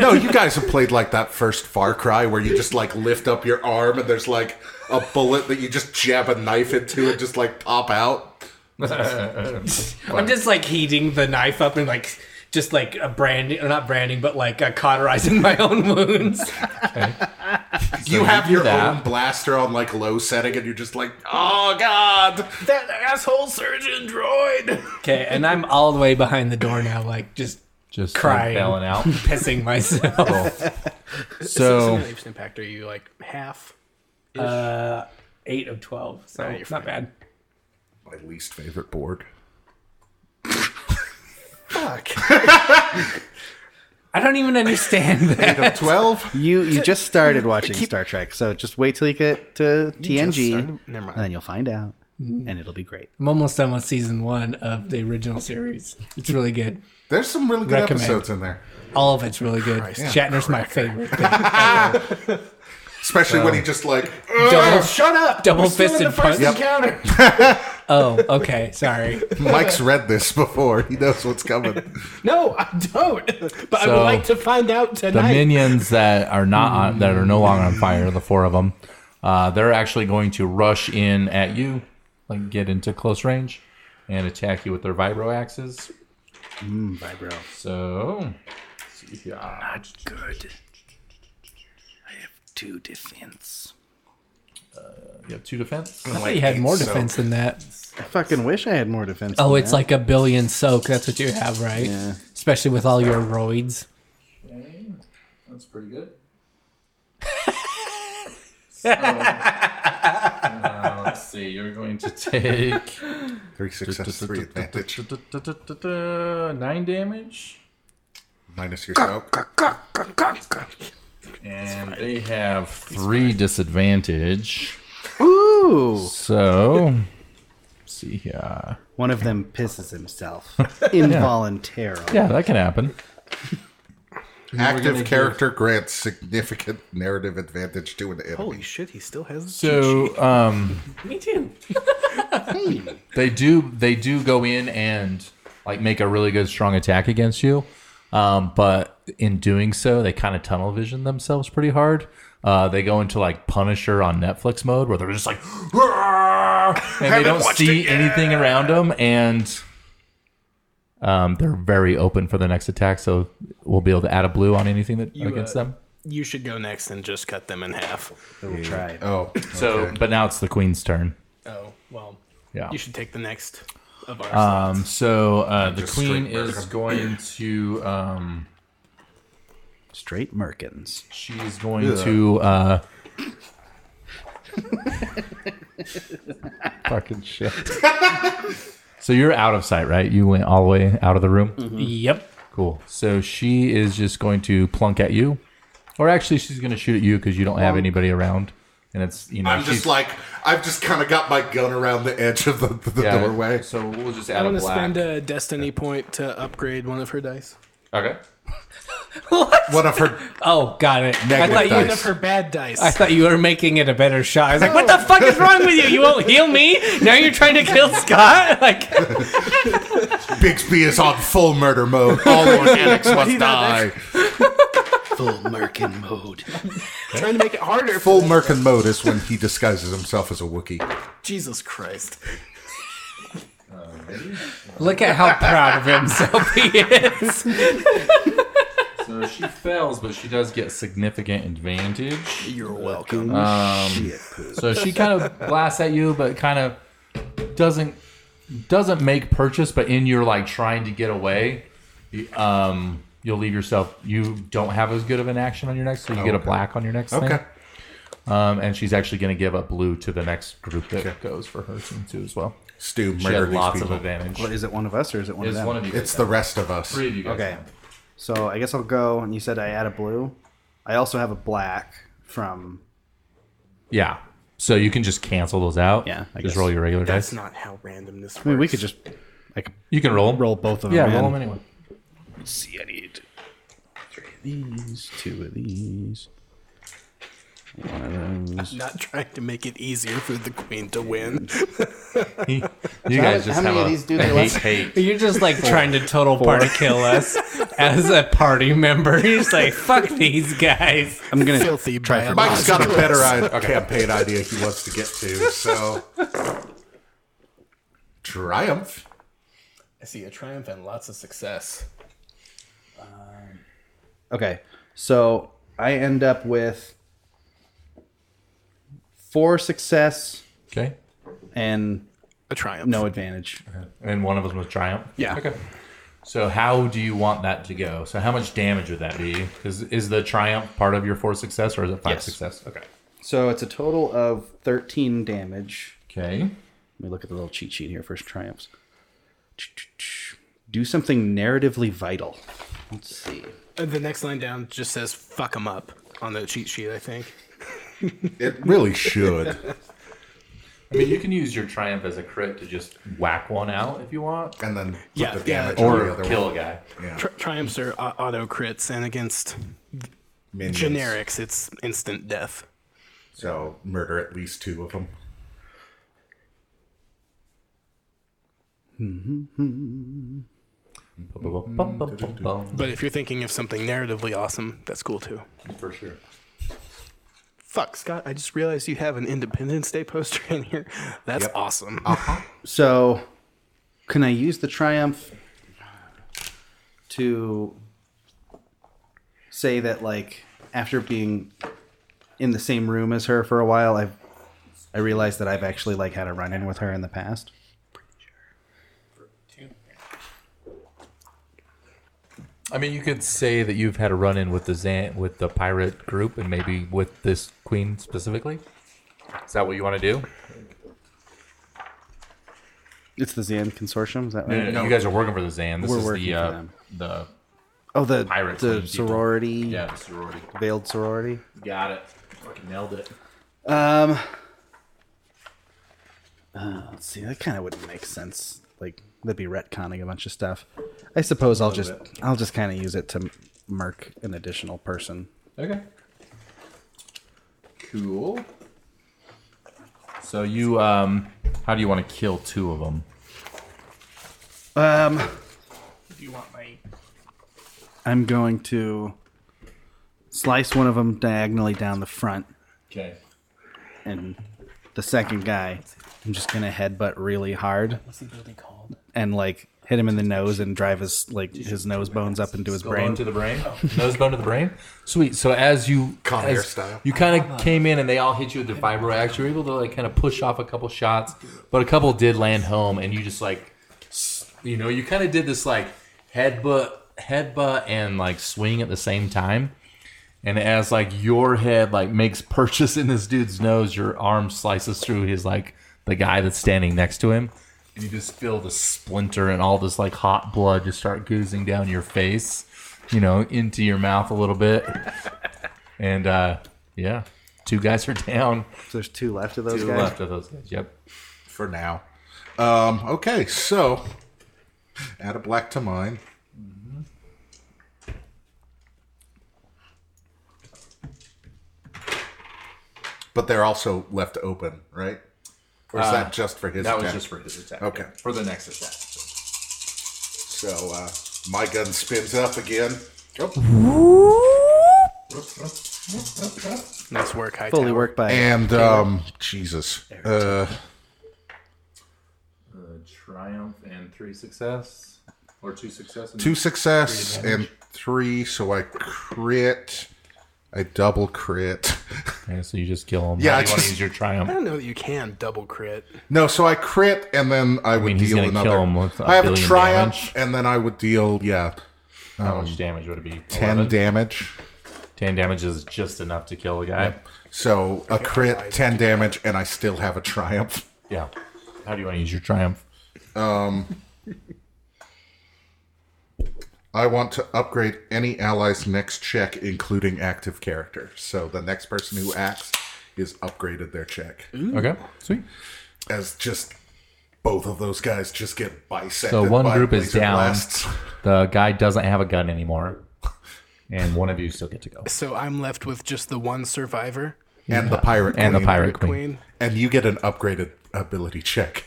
no, you guys have played like that first Far Cry where you just like lift up your arm and there's like a bullet that you just jab a knife into and just like pop out. I'm just like heating the knife up and like just like a branding or not branding, but like uh, cauterizing *laughs* my own wounds. you have do your that. own blaster on like low setting and you're just like, oh god, That asshole surgeon droid. Okay, and I'm all the way behind the door now, like just *laughs* Just Crying. bailing *laughs* out. pissing myself. So, so So impact. Are you like half? Eight of twelve, so Nah, you're it's not bad. my least favorite board. Fuck. I don't even understand *laughs* that. Eight of twelve. You you just started watching Star Trek, so just wait till you get to TNG, started- never mind. and then you'll find out, Mm-hmm. and it'll be great. I'm almost done with season one of the original series. It's really good. There's some really good Recommend. episodes in there, All of it's really good. Shatner's my *laughs* favorite. Thing. especially when he just *laughs* like Double- Shut up! Ah, double Oh, We're still in the fisted first punch. encounter. Oh, okay. *laughs* Sorry. Mike's read this before. He knows what's coming. No, I *laughs* don't. But I So- would like to find out the tonight. minions that are not on, that are *laughs* no longer on fire, the four of them, uh, they're actually going to rush in at you, like get into close range, and attack you with their vibro axes. Mm, Vibro. So, let's see here. Uh, Good. I have two defense. you have two defense. I thought you had more defense than that. I fucking wish I had more defense. Oh, than it's that. like a billion soak. That's what you have, right? Yeah. Especially with all your roids. That's pretty good. let's see. You're going to take Three success, three advantage, nine damage. *laughs* minus your soak. And they have three disadvantage. ooh, So, let's see here. one of them pisses *laughs* himself involuntarily. Yeah, that can happen. Active character grants significant narrative advantage to an enemy. Holy shit, he still has. So, um, *laughs* Me too. *laughs* they do they do go in and like make a really good strong attack against you, um, but in doing so, they kind of tunnel vision themselves pretty hard. Uh, they go into like Punisher on Netflix mode, where they're just like, "Roar!" and they don't see anything around them, and um, they're very open for the next attack. So we'll be able to add a blue on anything that against them. You should go next and just cut them in half. We'll try it. *laughs* Oh, So, okay. but now it's the queen's turn. Oh well, Yeah. you should take the next of our. Um, so uh, the Just queen straight is going to um, Straight Merkins. she's going to uh, *laughs* fucking shit. *laughs* so you're out of sight, right? You went all the way out of the room. Mm-hmm. Mm-hmm. Yep. Cool. So she is just going to plunk at you, or actually, she's going to shoot at you because you don't have anybody around, and it's you know I'm she's just like I've just kind of got my gun around the edge of the, the Yeah, doorway. So we'll just I add a want to black. spend a destiny point to upgrade one of her dice. okay. One of her Oh, got it. Negative I thought you. dice. One of her bad dice. I thought you were making it a better shot. I was like, "What the fuck is wrong with you? You won't heal me? Now you're trying to kill Scott? *laughs* Like, Bixby is on full murder mode. *laughs* All organics must die. Full Merkin mode. *laughs* trying to make it harder. for Full Merkin mode is when he disguises himself as a Wookiee. Jesus Christ. look at how proud of *laughs* himself he is." So she fails, but she does get significant advantage. Um, You're welcome. So she kind of blasts at you, but kind of doesn't doesn't make purchase. But in your like trying to get away, you- um, you'll leave yourself. You don't have as good of an action on your next, so you get a black on your next thing. Okay. Um, and she's actually going to give up blue to the next group that Okay. goes for her team too as well. Stu She has murdered these lots people. of advantage. Is it one of us or is it one of It's them? one of you. It's guys the now. rest of us. three of you guys. Okay. now. So I guess I'll go. And you said I add a blue. I also have a black from. Yeah. So you can just cancel those out. Yeah, I just guess. roll your regular That's dice. not how randomness works. I mean, we could just I could You can roll. roll both of them. Yeah, in. roll them anyway. Let's see, I need three of these, two of these. Not trying to make it easier for the queen to win. *laughs* you how guys just many have of a, these do a they hate, left? hate. You're just like trying to total party kill us as a party member. You're just like, "Fuck these guys." I'm gonna Filthy try for Mike's got a better i- campaign idea he wants to get to. So triumph. I see a triumph and lots of success. Okay, so I end up with four success Okay. and A triumph. no advantage. And one of them was Triumph. Yeah. Okay. So how do you want that to go? So how much damage would that be? Is is the Triumph part of your four success or is it five Yes. success? Okay. So it's a total of thirteen damage. Okay. Let me look at the little cheat sheet here for triumphs. Do something narratively vital. Let's see. Uh, The next line down just says "fuck them up" on the cheat sheet. I think. It really should. I mean, you can use your triumph as a crit to just whack one out if you want, and then put Yeah, the yeah, damage on the or other kill one. a guy. Tri- triumphs are au- auto crits, and against Minions. generics, it's instant death. So murder at least two of them. Bum, bum, bum, bum, bum. But if you're thinking of something narratively awesome, that's cool too. For sure. Fuck, Scott, I just realized you have an Independence Day poster in here. That's awesome. So, can I use the triumph to say that, like, after being in the same room as her for a while, I've I realized that I've actually like had a run-in with her in the past. I mean, you could say that you've had a run-in with the Zan- with the pirate group, and maybe with this queen specifically. Is that what you want to do? It's the Zan Consortium, is that right? You guys are working for the Zan. This Uh, We're is working the for uh, them. the Oh, the Pirate the queen people. sorority, yeah the sorority. veiled sorority. Got it. Fucking nailed it. Um, uh, let's see. That kind of wouldn't make sense. Like that'd be retconning a bunch of stuff. I suppose I'll just I'll just kind of use it to mark an additional person. Okay. Cool. So you um, how do you want to kill two of them? Um, If you want my I'm going to slice one of them diagonally down the front, Okay. and the second guy, I'm just gonna headbutt really hard What's the building called? and like hit him in the nose and drive his like his nose bones up into his brain. Oh. Bone to the brain. Nose bone to the brain. Sweet. So as you Con as Air style. you kind of came in and they all hit you with their vibro axe. You were able to like kind of push off a couple shots, but a couple did land home, and you just like, s- you know, you kind of did this like headbutt, headbutt, and like swing at the same time. And as like your head like makes purchase in this dude's nose, your arm slices through his like the guy that's standing next to him, and you just feel the splinter and all this like hot blood just start goozing down your face, you know, into your mouth a little bit, and uh, yeah, two guys are down. So there's two left of those Two guys. left of those guys. Yep. for now. Um, okay, so add a black to mine. But they're also left open, right? Or is that just for his? Uh, That was attack? just for his attack. Okay. For the next attack. So uh, my gun spins up again. Oh. nice work, high Fully worked by And um, Jesus, uh, A Uh, triumph and three success, or two success. And two success and three, so I crit. I double crit. *laughs* Okay, so you just kill him. Yeah, How I do you want to just- use your I triumph. don't know that you can double crit. No, so I crit and then I would mean, he's deal gonna another. kill him with a I have a billion triumph damage. and then I would deal yeah How much damage would it be? ten 11? damage. Ten damage is just enough to kill a guy. So a crit, ten damage, and I still have a triumph. Yeah. How do you want to use your triumph? I want to upgrade any ally's next check, including active character. So the next person who acts is upgraded their check. Okay. Sweet. As just both of those guys just get bisected. So one by group is laser down. blasts. *laughs* The guy doesn't have a gun anymore, and one of you still get to go. So I'm left with just the one survivor, and the pirate And the queen. pirate queen. Queen. and you get an upgraded ability check.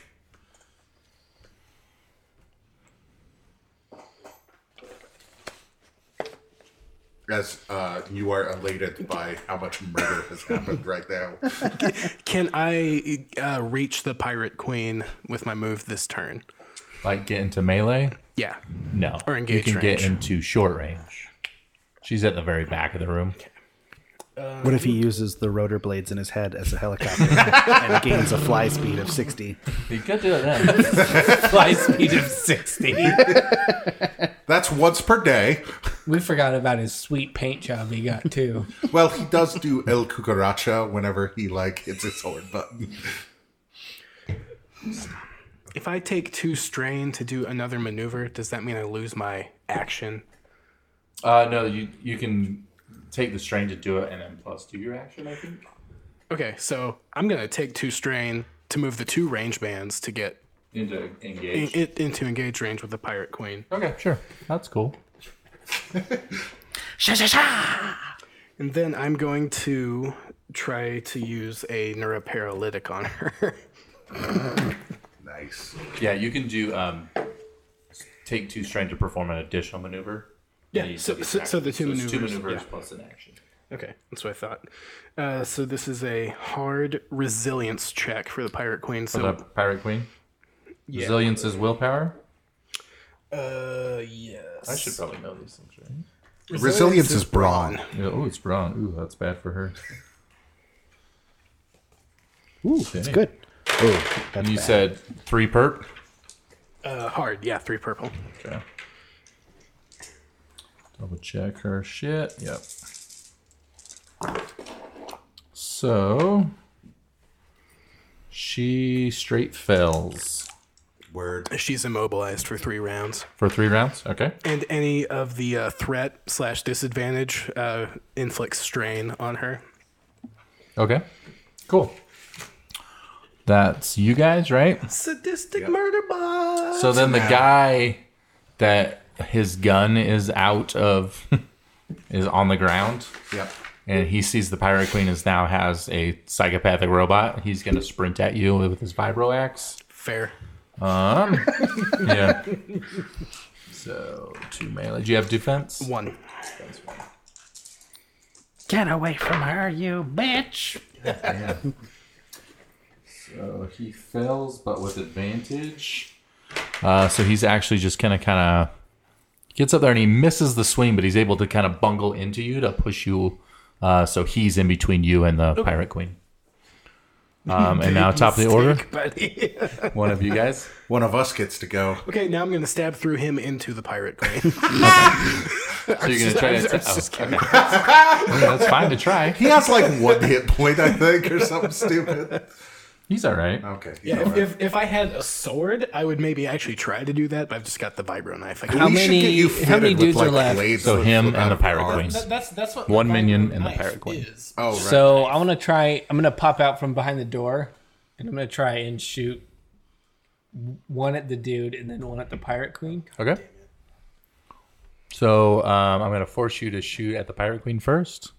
As uh, you are elated by how much murder has happened right now. Can I uh, reach the pirate queen with my move this turn? Like get into melee? Yeah. No. Or engage You can range. get into short range. She's at the very back of the room. What if he uses the rotor blades in his head as a helicopter *laughs* and gains a fly speed of 60? You could do it then. Fly speed of 60. That's once per day. we forgot about his sweet paint job he got, *laughs* too. Well, he does do El Cucaracha whenever he like hits his horn button. If I take two strain to do another maneuver, does that mean I lose my action? Uh, no, you you can take the strain to do it, and then plus do your action. I think. Okay, so I'm gonna take two strain to move the two range bands to get Into in, engage. it into engage range with the pirate queen, Okay, sure. That's cool. and then I'm going to try to use a neuroparalytic on her. *laughs* Nice. Yeah, you can do um, take two strain to perform an additional maneuver. Yeah, And you so- take an so- so action. the two it's maneuvers, two maneuvers yeah. plus an action. okay, that's what I thought. Uh, so this is a hard resilience check for the pirate queen. For the So pirate queen. Resilience is willpower. uh, yes, I should probably know these things, right? Resilience, is brawn. Yeah, oh, it's wrong. Ooh, that's bad for her. Ooh, Dang. that's good. Ooh, And that's Oh, you bad. said three perp. uh, hard. Yeah, three purple. Okay. Double check her shit. Yep. So she straight fails Word. She's immobilized for three rounds. for three rounds. Okay. And any of the uh, threat slash disadvantage uh, inflicts strain on her. Okay. Cool. That's you guys, right? Sadistic murder bot. So then the guy that his gun is out of *laughs* is on the ground. Yep. and he sees the pirate queen is now has a psychopathic robot. He's gonna sprint at you with his vibro axe. Fair. Um, yeah. So two melee. Do you have defense? One. Get away from her, you bitch! So he fails, but with advantage. Uh, so he's actually just gonna kind of gets up there and he misses the swing, but he's able to kind of bungle into you to push you. Uh, so he's in between you and the pirate *laughs* queen. Um, and now top of the order, *laughs* Buddy. one of you *laughs* guys. One of us gets to go. okay, now I'm going to stab through him into the pirate queen. So you're gonna try to. I was just oh, *laughs* okay. *laughs* Yeah, that's fine to try. He has like one hit point, I think, or something stupid. He's all right. Okay. all yeah, *laughs* if, right. if, if I had a sword, I would maybe actually try to do that, but I've just got the vibro knife. I How can We should many- get you how many fitted dudes are left? blades So of- him of and the pirate arms. queen. That's that's what One minion and the pirate queen. Oh, right. So I want to try. I'm gonna pop out from behind the door, and I'm gonna try and shoot one at the dude, and then one at the pirate queen. Okay. So um, I'm gonna force you to shoot at the pirate queen first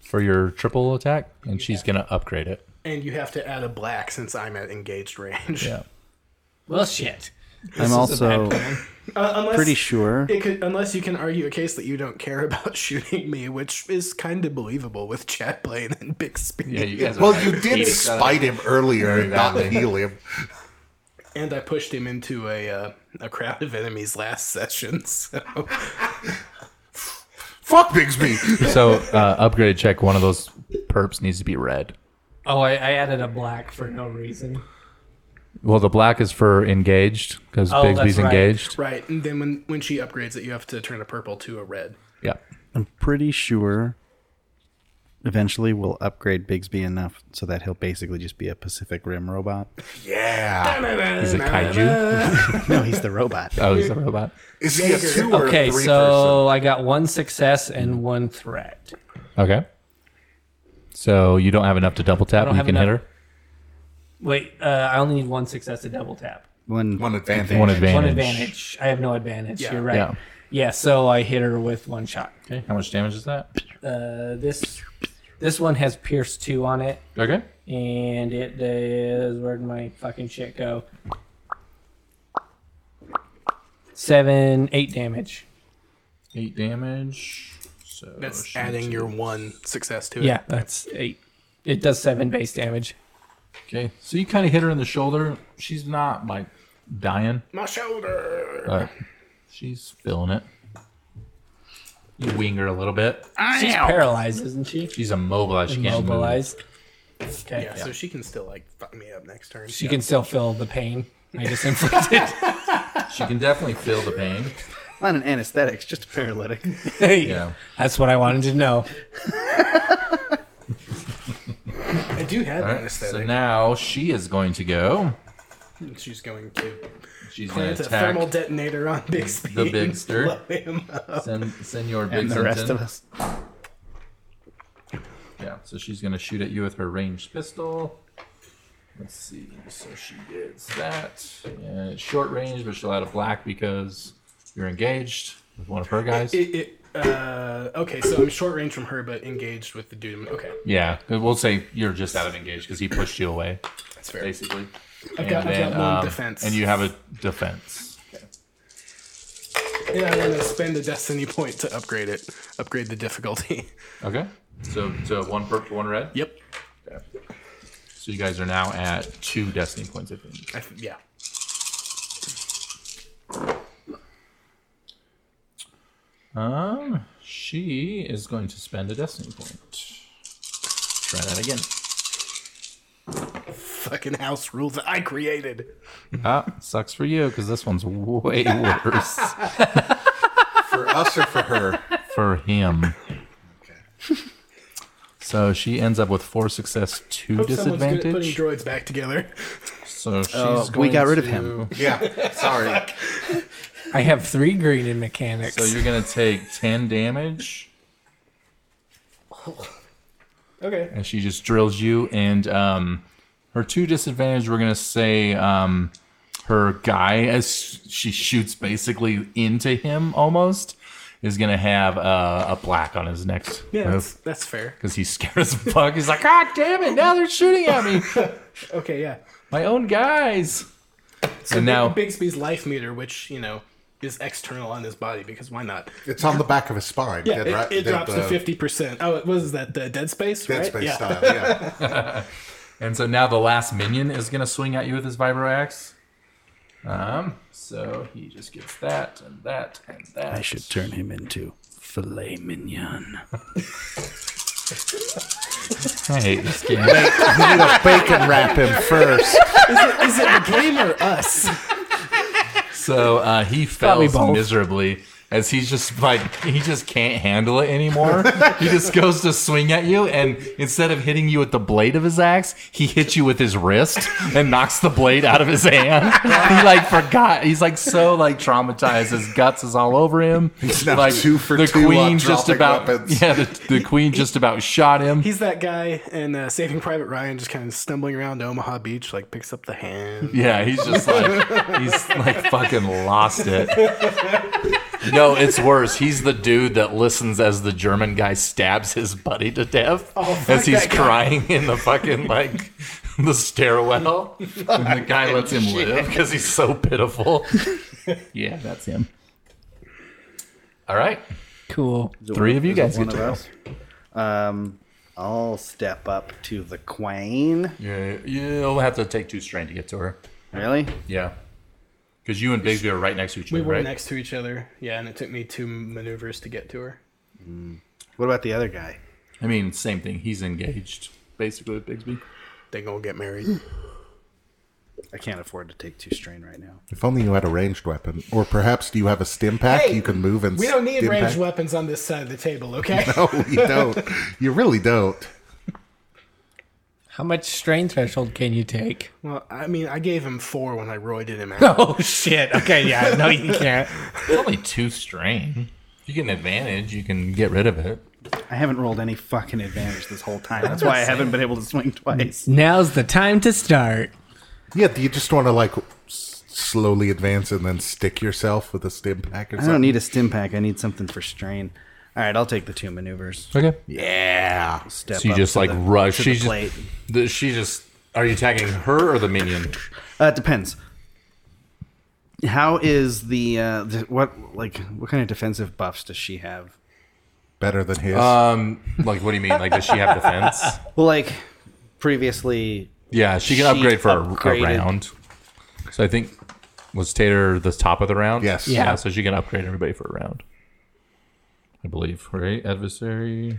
for your triple attack, and she's gonna upgrade it. *laughs* And you have to add a black since I'm at engaged range. Yeah. Well, shit. I'm also Uh, unless, pretty sure. *laughs* It could, unless you can argue a case that you don't care *laughs* about shooting me, which is kind of believable with Chaplain and Big Speed. Yeah, you guys. Well, you did spite him earlier and not badly. heal him. And I pushed him into a uh, a crowd of enemies last *laughs* session. So Fuck Bigsby. So uh, upgrade check. One of those perps needs to be red. Oh, I, I added a black for no reason. Well, the black is for engaged because Oh, that's Bigsby's right. engaged. right, and then when when she upgrades it, you have to turn a purple to a red. Yeah. I'm pretty sure. Eventually, we'll upgrade Bigsby enough so that he'll basically just be a Pacific Rim *laughs* robot. yeah. Is it kaiju? No, he's the robot. Oh, he's a robot. Is he a two or Okay, a three so I got one success and one threat. Okay. So you don't have enough to double tap. don't You have can hit enough. her. Wait, uh, I only need one success to double tap. One, One advantage. One advantage. One advantage. I have no advantage. You're right. Yeah. Yeah. so I hit her with one shot. Okay. How much damage is that? Uh, this this one has Pierce 2 on it, Okay. and it does. Where'd my fucking shit go? Seven, eight damage. Eight damage. So That's she- adding your one success to it. Yeah, that's eight. It does seven base damage. Okay. So you kind of hit her in the shoulder. She's not like dying, My shoulder. but she's feeling it. You wing her a little bit. She's paralyzed, isn't she? She's immobilized. She can't move. Mobilized. Okay. Yeah, so she can still like fuck me up next turn. She can still feel the pain I *laughs* just inflicted. She can definitely feel the pain. not an anesthetic, it's just a paralytic. Yeah. That's what I wanted to know. I do have All right. anesthetic. So now she is going to go. And she's going to She's gonna plant a attack thermal detonator on Bixby. the Bigster. Blow him up. Sen- Senor Bigster. and the rest of us. Yeah, so she's gonna shoot at you with her ranged pistol. Let's see. So she gets that. Yeah, it's short range, but she'll add a black because you're engaged with one of her guys. It, it, uh, okay, so I'm short range from her, but engaged with the dude. Okay, Yeah, we'll say you're just out of engaged because he pushed you away, that's fair. basically. um, I've got, I've got one defense. And you have a defense. And I want to spend a destiny point to upgrade it, upgrade the difficulty. *laughs* Okay. So so one purple, one red. yep. So you guys are now at two destiny points. I think. I th- yeah. Um, she is going to spend a destiny point. Try that again. Fucking house rules that I created. Ah, sucks for you because this one's way *laughs* worse For us or for her? for him. So she ends up with four success, two Hope someone's good at putting disadvantage. droids back together. *laughs* So she's we going got rid of to- him. Yeah. Sorry. I have three green in mechanics. So you're gonna take ten damage, Okay. and she just drills you. And um, her two disadvantage, we're gonna say um, her guy as she shoots basically into him almost is gonna have uh, a black on his next Yeah, that's, that's fair. because he's scared as fuck. He's like, God damn it! Now they're shooting at me, Okay, yeah. my own guys. So and now, Bixby's life meter, which, you know, is external on his body, because why not? It's on the back of his spine. Yeah, it, right- it dead, drops uh, to 50%. Oh, what is that? The Dead Space? Dead right? space yeah. style. Yeah. and so now, the last minion is gonna swing at you with his vibro axe. Um, so he just gets that and that and that. I should turn him into filet mignon. I hate this *laughs* game. You need to bacon wrap *laughs* him first. Is it the game or us? So uh, he fails both. miserably as he's just like he just can't handle it anymore. he just goes to swing at you, and instead of hitting you with the blade of his axe, he hits you with his wrist and knocks the blade out of his hand. he like forgot. He's like so like traumatized. His guts is all over him. He's now like two for two on just dropping about weapons. *laughs* yeah. The, the queen just about shot him. He's that guy in uh, Saving Private Ryan, just kind of stumbling around Omaha Beach, like picks up the hand. Yeah, he's just like he's like fucking lost it. No, it's worse. He's the dude that listens as the German guy stabs his buddy to death Oh, as he's crying in the fucking like the stairwell. and the guy lets him live because he's so pitiful. yeah, that's him. All right, cool. three of you guys get One to of go. us. Um, I'll step up to the queen. Yeah, you'll have to take two strain to get to her. Really? Yeah, because you and Bigsby are right next to each We other, were *laughs* right? next to each other. Yeah, and it took me two maneuvers to get to her. What about the other guy? I mean, same thing. He's engaged, basically, with Bigsby. They gonna get married. I can't afford to take two strain right now. If only you had a ranged weapon, or perhaps do you have a stim pack Hey, you can move and We don't need stim ranged pack? weapons on this side of the table, okay? No, you don't. You really don't. How much strain threshold can you take? *laughs* Well, I mean, I gave him four when I roided him out. Oh shit. Okay, yeah. No, you can't. Only two strain. If you get an advantage, you can get rid of it. I haven't rolled any fucking advantage this whole time. That's why I haven't been able to swing twice. Now's the time to start. Yeah, do you just want to like s- slowly advance and then stick yourself with a stim pack or I don't something? need a stim pack. I need something for strain. All right, I'll take the two maneuvers. Okay. Yeah. Step So you up just to like the- rush. to She's the plate. just, the, she just. Are you attacking her or the minion? Uh, it depends. How is the, uh, the what like what kind of defensive buffs does she have? Better than his. Uh, Like, what do you mean? Like, does she have defense? Well, like previously, Yeah, she can She upgrade for a, a upgraded. round. So I think was Tater the top of the round. Yes. Yeah. Yeah. so she can upgrade everybody for a round. I believe, right? Adversary.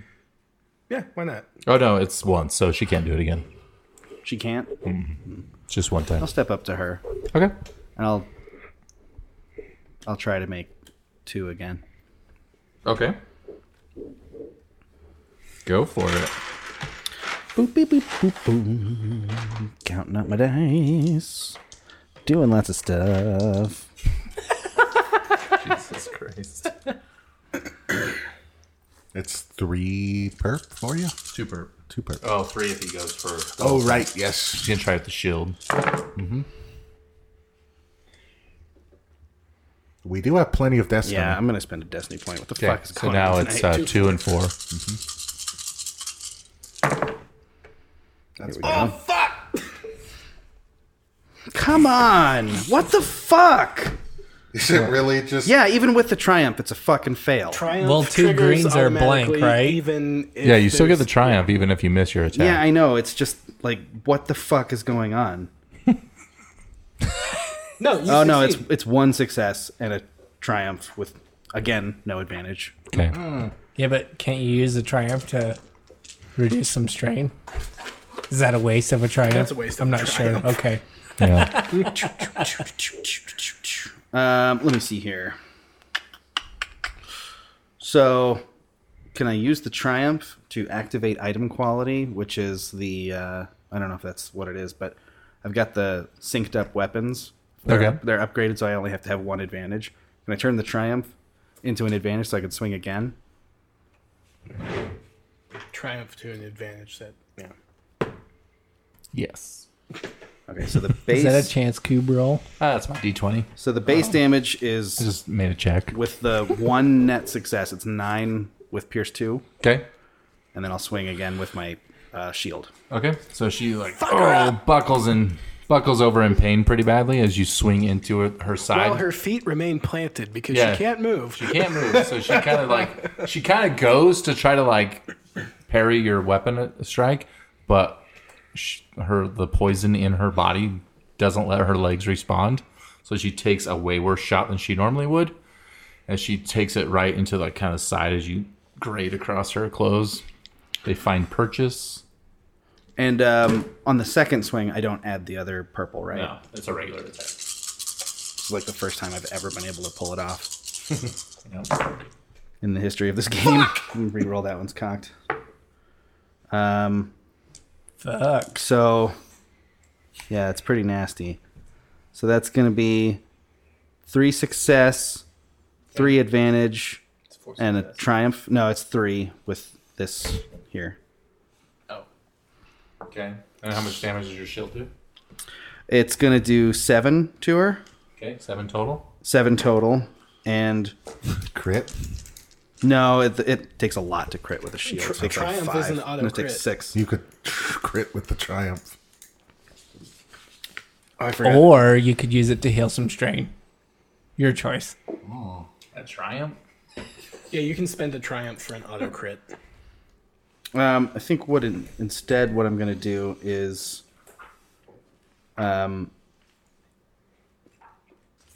Yeah, why not? Oh no, it's once, so she can't do it again. she can't. Hmm. It's just one time. I'll step up to her Okay. and I'll I'll try to make two again. Okay. Go for it. Boop, beep, boop, boop, boom. Counting up my dice. doing lots of stuff. *laughs* Jesus Christ. It's three perp for you. Two perp. Two perp. Oh, three if he goes for. Oh, right. Yes. He's gonna try with the shield. We do have plenty of destiny. Yeah, I'm gonna spend a destiny point. What the Okay, fuck is so going on now tonight? it's uh, two and four. Here we go. Come on! What the fuck? Is it really just? Yeah, even with the triumph, it's a fucking fail. Triumph Well, two triggers greens are blank, automatically, right? Even if Yeah, you still get the there's- triumph even if you miss your attack. yeah, I know. It's just like, what the fuck is going on? *laughs* no. You Oh no, it's succeed. it's one success and a triumph with again no advantage. Okay. Yeah, but can't you use the triumph to reduce some strain? Is that a waste of a triumph? That's a waste of I'm a not sure. Okay. Yeah. Um, let me see here. So, can I use the triumph to activate item quality, which is the uh, I don't know if that's what it is, but I've got the synced up weapons. They're, Okay. they're upgraded, so I only have to have one advantage. Can I turn the triumph into an advantage so I could swing again? triumph to an advantage set. Yeah. yes. Okay, so the *laughs* Is that a Oh. base chance cube roll? Ah, that's my d20. so the base damage is Just made a check. with the one net success. It's nine with pierce two, Okay. and then I'll swing again with my uh, shield. Okay. So she like oh, buckles and buckles over in pain pretty badly as you swing into her- her side. While her feet remain planted because Yeah. she can't move. she can't move, so she kind of like she kind of goes to try to like parry your weapon uh, strike, but sh her the poison in her body doesn't let her legs respond, so she takes a way worse shot than she normally would, and she takes it right into the kind of side as you grade across her clothes. They find purchase. And um, on the second swing, I don't add the other purple, right? No, it's a regular attack. It's like the first time I've ever been able to pull it off Yep. in the history of this game. Let me reroll that one's cocked. Um, Fuck. so yeah, it's pretty nasty. So that's gonna be three success, three advantage, and a triumph. No, it's three with this here. Oh. Okay. And how much damage does your shield do? It's gonna do seven to her, Okay, seven total. seven total, and Crit. No, it, it takes a lot to crit with a shield. Tri- it takes triumph like five. isn't auto and it takes crit. six. You could *laughs* crit with the triumph. I forgot. Or you could use it to heal some strain. Your choice. A triumph. Yeah, you can spend a triumph for an auto crit. Um, I think what in, instead what I'm gonna do is, um,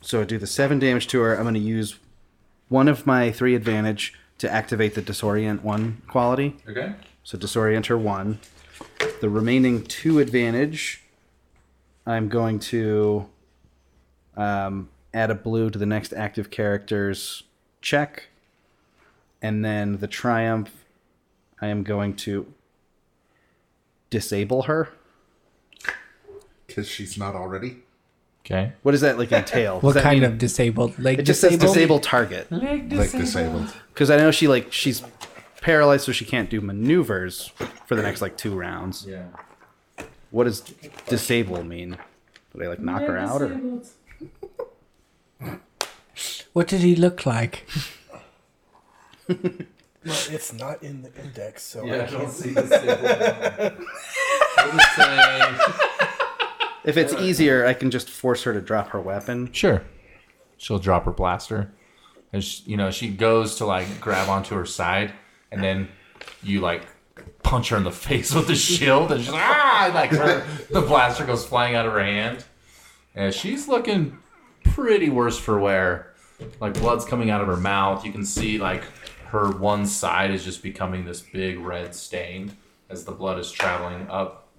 so I do the seven damage to her. I'm gonna use one of my three advantage to activate the disorient one quality. Okay. So disorient her one. The remaining two advantage, I'm going to um, add a blue to the next active character's check, and then the triumph, I am going to disable her. Because she's not already. Okay. What does that like entail? What Does that kind mean- of disabled? Like It just says disable target Like disabled. because I know she like she's paralyzed, so she can't do maneuvers for the next like two rounds. Yeah. What does disable mean? Do they like knock her out or? What did he look like? Well, it's not in the index, so I don't see the say, If it's easier, I can just force her to drop her weapon. sure. She'll drop her blaster. And she, you know, she goes to like grab onto her side and then you like punch her in the *laughs* face with the shield and she's like, ah, and, like her, the blaster goes flying out of her hand. And she's looking pretty worse for wear. Like blood's coming out of her mouth. You can see like her one side is just becoming this big red stain as the blood is traveling up.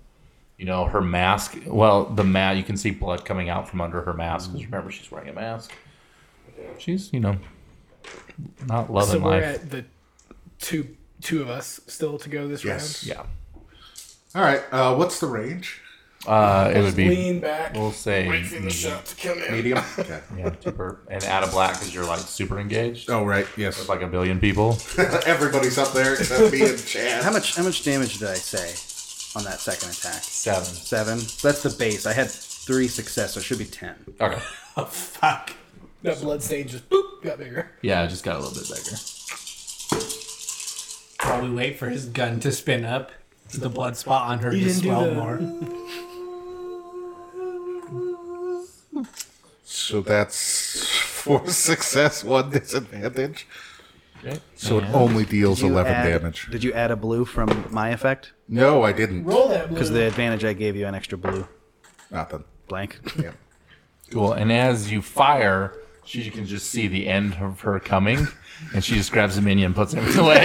You know, her mask, well, the mat, you can see blood coming out from under her mask because remember she's wearing a mask. She's, you know, not loving so we're life. at the two two of us still to go this Yes. yeah. All right. Uh, what's the range? Uh, it would be. Lean back. We'll say Wait for the medium. shot to come *laughs* in. Medium. Okay. Yeah, super. And add a black because you're like super engaged. Oh right. Yes. With like a billion people. *laughs* Everybody's up there except me and Chad. How much how much damage did I say on that second attack? Seven. Seven. That's the base. I had three success, so it should be ten. Okay. Oh, fuck. That blood stain just boop got bigger. Yeah, I just got a little bit bigger. While we wait for his gun to spin up, the blood spot on her You to didn't do swell the- more. So that's for *laughs* success, one disadvantage. Okay. So it only deals Did you eleven add- damage. Did you add a blue from my effect? No, I didn't. Roll that blue. Because the advantage I gave you an extra blue Nothing. blank. Yeah. Cool. And as you fire, she can just see the end of her coming, and she just grabs a minion and puts him *laughs* away.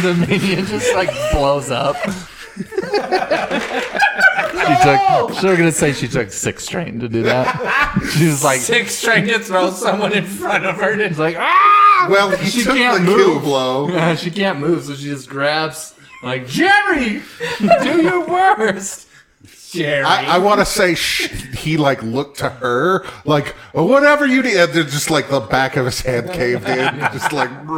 the minion just like blows up. She took. She's gonna say she took six strain to do that. She's like, Six trying to throw someone in front of her. she's like, ah! *laughs* Well, *laughs* you She took can't the kill move. blow. *laughs* she can't move, so she just grabs. Like Jerry, do your worst. Jerry. I, I want to say sh- he like looked to her like "Oh, whatever you did. and then Just like the back of his head caved in. Just like *laughs*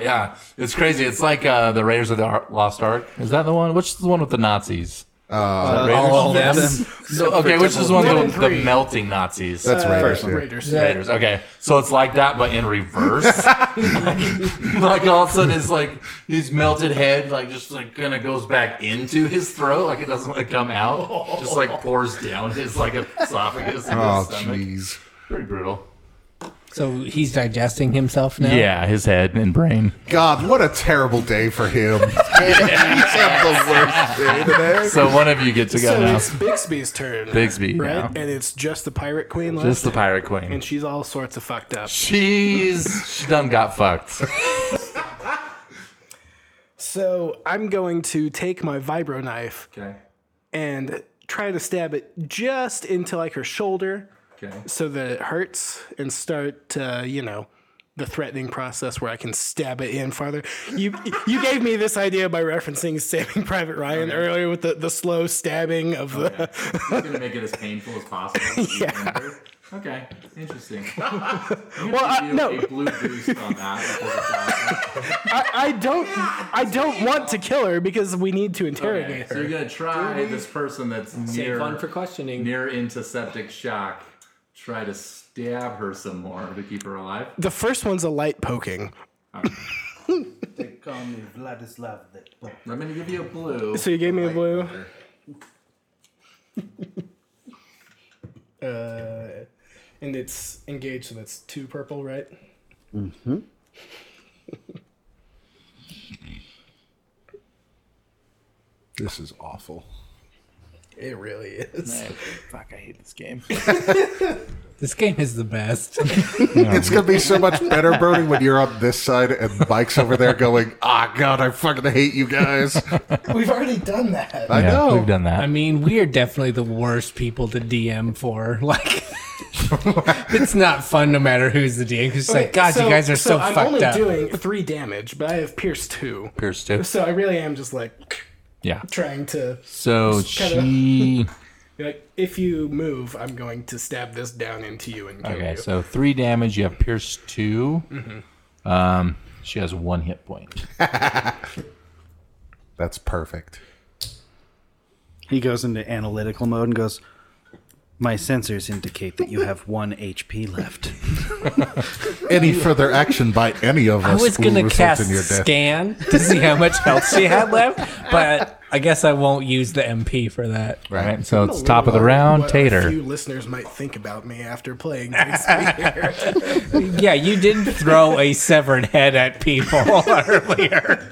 Yeah, it's crazy. It's like uh, the Raiders of the Ar- Lost Ark. Is that the one? Which is the one with the Nazis? Ah, Uh, all of them. So, okay, which is one One of and the, the three. melting Nazis? that's right. Raiders. Raiders. Okay, so it's like that, but *laughs* in reverse. like, all of a sudden, his like his melted head, like just like kind of goes back into his throat, like it doesn't want to come out. Just like pours down his like esophagus and Oh his stomach. jeez. Pretty brutal. So he's digesting himself now. Yeah, his head and brain. God, what a terrible day for him. He's had the worst day today. *laughs* So one of you get to go So now. it's Bixby's turn. Bixby, Right? yeah. And it's just the Pirate Queen left. Just the pirate queen. and she's all sorts of fucked up. She's she done got fucked. So I'm going to take my vibro knife *laughs* Okay. and try to stab it just into like her shoulder Okay. so that it hurts and start uh, you know the threatening process where I can stab it in farther. You you gave me this idea by referencing Saving Private Ryan earlier with the, the slow stabbing of the gonna make it as painful as possible. *laughs* yeah. Okay. *laughs* Interesting. *laughs* Well, I, no, blue boost on that. I, I don't I don't want to kill her because we need to interrogate her. you're gonna try this person that's Save one for questioning. near into septic shock. Try to stab her some more to keep her alive. The first one's a light poking. They call me Vladislav. the- I'm gonna give you a blue. So you gave me a blue. *laughs* uh, and it's engaged, so that's two purple, right? This is awful. It really is. Fuck, I hate this game. This game is the best. Um, It's gonna be so much better, Brody, when you're on this side and Mike's over there going, "Ah, God, I fucking hate you *laughs* guys." We've already done that. I know. we've done I that. mean, we are definitely the worst people to DM for. *laughs* Like, it's not fun no matter who's the DM. 'cause it's like, God, you guys are so, I'm fucked only up. doing three damage, but I have pierced two. Pierce too. So I really am just like Yeah. trying to So kinda- she. like if you move, I'm going to stab this down into you and kill *laughs* Okay, you. so three damage. You have Pierce 2 Um, she has one hit point. That's perfect. *laughs* He goes into analytical mode and goes, My sensors indicate that you have one HP left. Any further action by any of I us was will gonna result cast in your death. scan to see how much health she had left, but I guess I won't use the MP for that. All right, so it's top of the round. What A Tater. few listeners might think about me after playing *laughs* Bixby here. Yeah, you didn't throw a severed head at people earlier.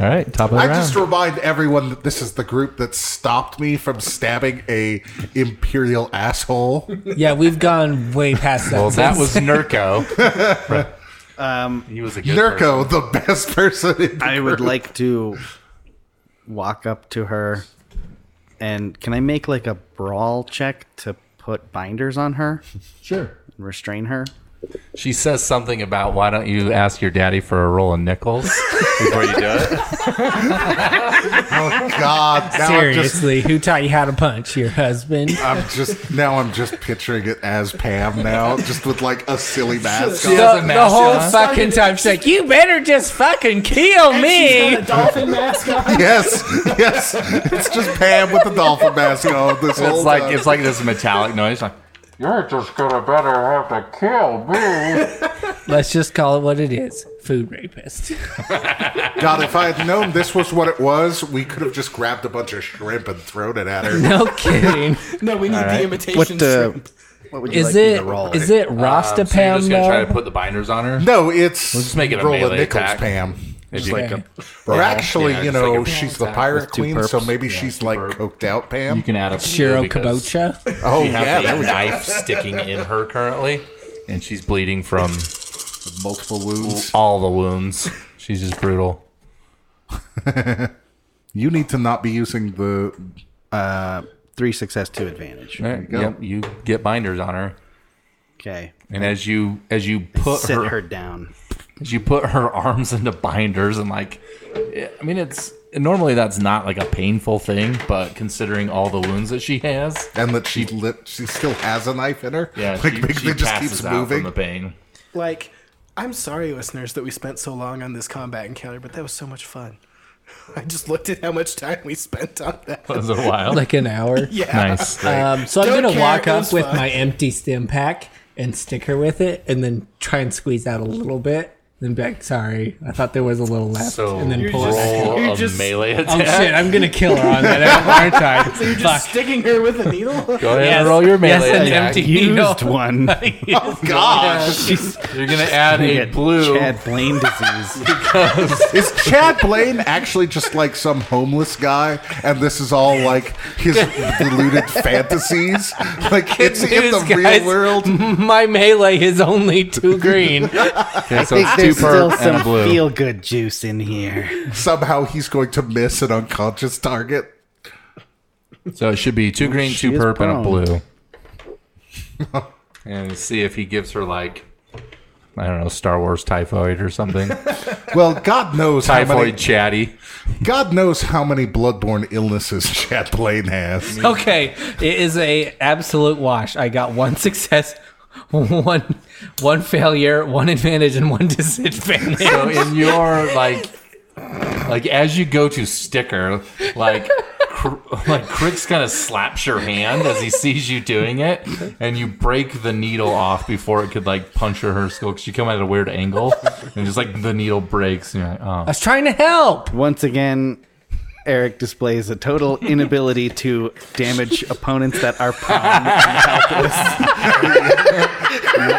All right, top of the I round. just remind everyone that this is the group that stopped me from stabbing a imperial asshole. Yeah, we've gone way past that. well, that was Nurko. Um, He was a good person. Nurko, the best person. In the I would group. like to walk up to her and can I make like a brawl check to put binders on her? Sure. Restrain her? She says something about why don't you ask your daddy for a roll of nickels before you do it? Oh God! Now Seriously, who taught you how to punch? Your husband? I'm just, I'm just now I'm just picturing it as Pam now, just with like a silly *laughs* mask. She on. has a mask on. fucking time. She's like, you better just fucking kill me. She's got a dolphin mask on. Yes, yes, it's just Pam with the dolphin mask on. This whole It's like time. it's like this metallic noise. Like You're just gonna better have to kill me. Let's just call it what it is. Food rapist. *laughs* God, if I had known this was what it was, we could have just grabbed a bunch of shrimp and thrown it at her. *laughs* No kidding. No, we need the imitation What uh, shrimp. what would you is like me to it roll? is it um, so you're Rasta just gonna Pound try to now? put the binders on her. No, it's Let's just make it a roll of melee nickels, attack. Pam. If Okay. can- Or actually, Yeah, you just like know, a- she's the attack pirate with two queen, so perps. maybe she's like coked out, Pam. you can add a Shiro because- *laughs* Kabocha? oh She has yeah, a there we go. knife sticking in her currently, and she's bleeding from multiple wounds. all the wounds. She's just brutal. You need to not be using the. Three success, two advantage. Right, Yep, you get binders on her, Okay. and as you as you put Sit her, her, *laughs* down. as you put her arms into binders, and like, I mean, it's normally that's not like a painful thing, but considering all the wounds that she has, And that she lit, she still has a knife in her. yeah, like she, Big she Thing just passes keeps out from moving. the pain. Like, I'm sorry, listeners, that we spent so long on this combat encounter, but that was so much fun. *laughs* I just looked at how much time we spent on that. *laughs* That was a while. Like an *laughs* hour. Yeah. nice. Um, so I'm Don't gonna care, walk it up was with fun. my empty stim pack and stick her with it, and then try and squeeze out a little bit. Then be like, sorry, I thought there was a little left, so and then pull roll it back. you're a just- melee Oh *laughs* attack. shit, I'm gonna kill her on *laughs* that, aren't I? You're just sticking her with a needle? Go ahead and roll your melee yes, an attack. empty needle. Used *laughs* *laughs* one. Oh, Oh, Gosh, You're gonna add a Get blue. Chad Blaine disease. is Chad Blaine actually just like some homeless guy, and this is all like his deluded fantasies? Like it's in the news, guys. real world. My melee is only two green. Okay, *laughs* so I think it's there's two purple still and some a blue. feel good juice in here. Somehow he's going to miss an unconscious target. So it should be two green, two Oh, is perp, and a prone. blue. *laughs* and see if he gives her like I don't know, Star Wars typhoid or *laughs* something. Well, God knows how typhoid many. chatty. God knows how many bloodborne illnesses Chad Blaine has. *laughs* Okay, it is a absolute wash. I got one *laughs* success, one one failure, one advantage, and one *laughs* disadvantage. So in your like like as you go to sticker, like Cr- like Crick's gonna slaps your hand as he sees you doing it, and you break the needle off before it could like puncture her skull because you come at a weird angle, and just like the needle breaks, and you're like, oh. I was trying to help. Once again, Eric displays a total inability to damage opponents that are prone.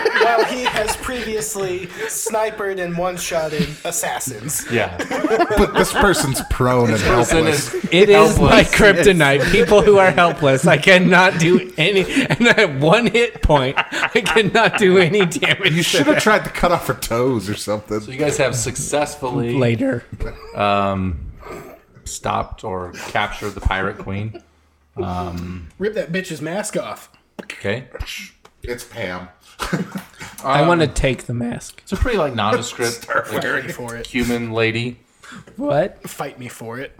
*laughs* While he *laughs* has previously sniped and one shotted assassins. *laughs* Yeah. But this person's prone and person helpless. is It is my helpless. kryptonite. People who are helpless. I cannot do any. And I have one hit point. I cannot do any damage. You should have tried to cut off her toes or So something. you guys have successfully later. stopped or captured the pirate queen. Rip that bitch's mask off. Okay, Um, It's Pam. I want to take the mask. it's a pretty like nondescript like, Ready for it. human lady. What? Fight me for it.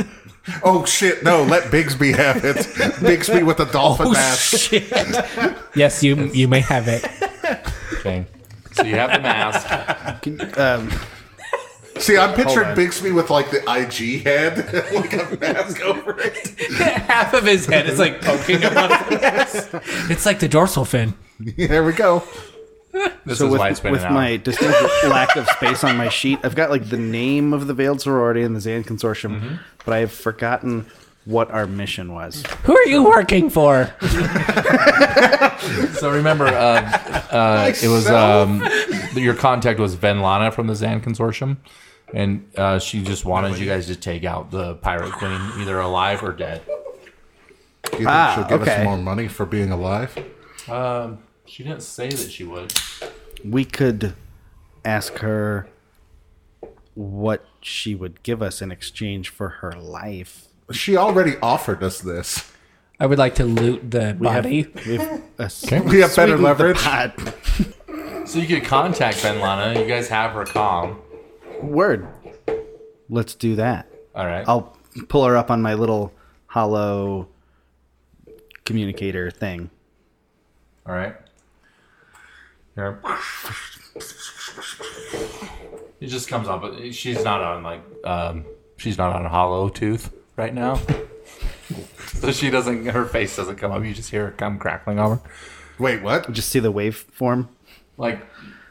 Oh shit! No, let Bigsby have it. Bigsby with a Oh, dolphin mask. Yes, you you may have it. Okay, so you have the mask. *laughs* um, See, I'm picturing Bigsby with like the IG head, *laughs* like a mask over it. *laughs* Half of his head is like poking *laughs* above. It's like the dorsal fin. There we go. This so is with, why it's been with an hour. my distinct *laughs* lack of space on my sheet, I've got like the name of the Veiled Sorority and the Zan Consortium, Mm-hmm. but I have forgotten what our mission was. Who are you working for? So remember, uh, it was uh, um, your contact was Ben Lana from the Zan Consortium, and uh, she just wanted you guys to take out the pirate queen, either alive or dead. Do you think Ah, she'll give okay. us more money for being alive? She didn't say that she would. we could ask her what she would give us in exchange for her life. She already offered us this. I would like to loot the body. We have a *laughs* s- We have better sweetened the leverage. pot. So you could contact Ben Lana. You guys have her calm. Word. Let's do that. All right. I'll pull her up on my little hollow communicator thing. All right. Here. It just comes up. but She's not on like um, she's not on hollow tooth right now, *laughs* so she doesn't. Her face doesn't come up. You just hear her come crackling over. Wait, what? Just see the waveform. Like,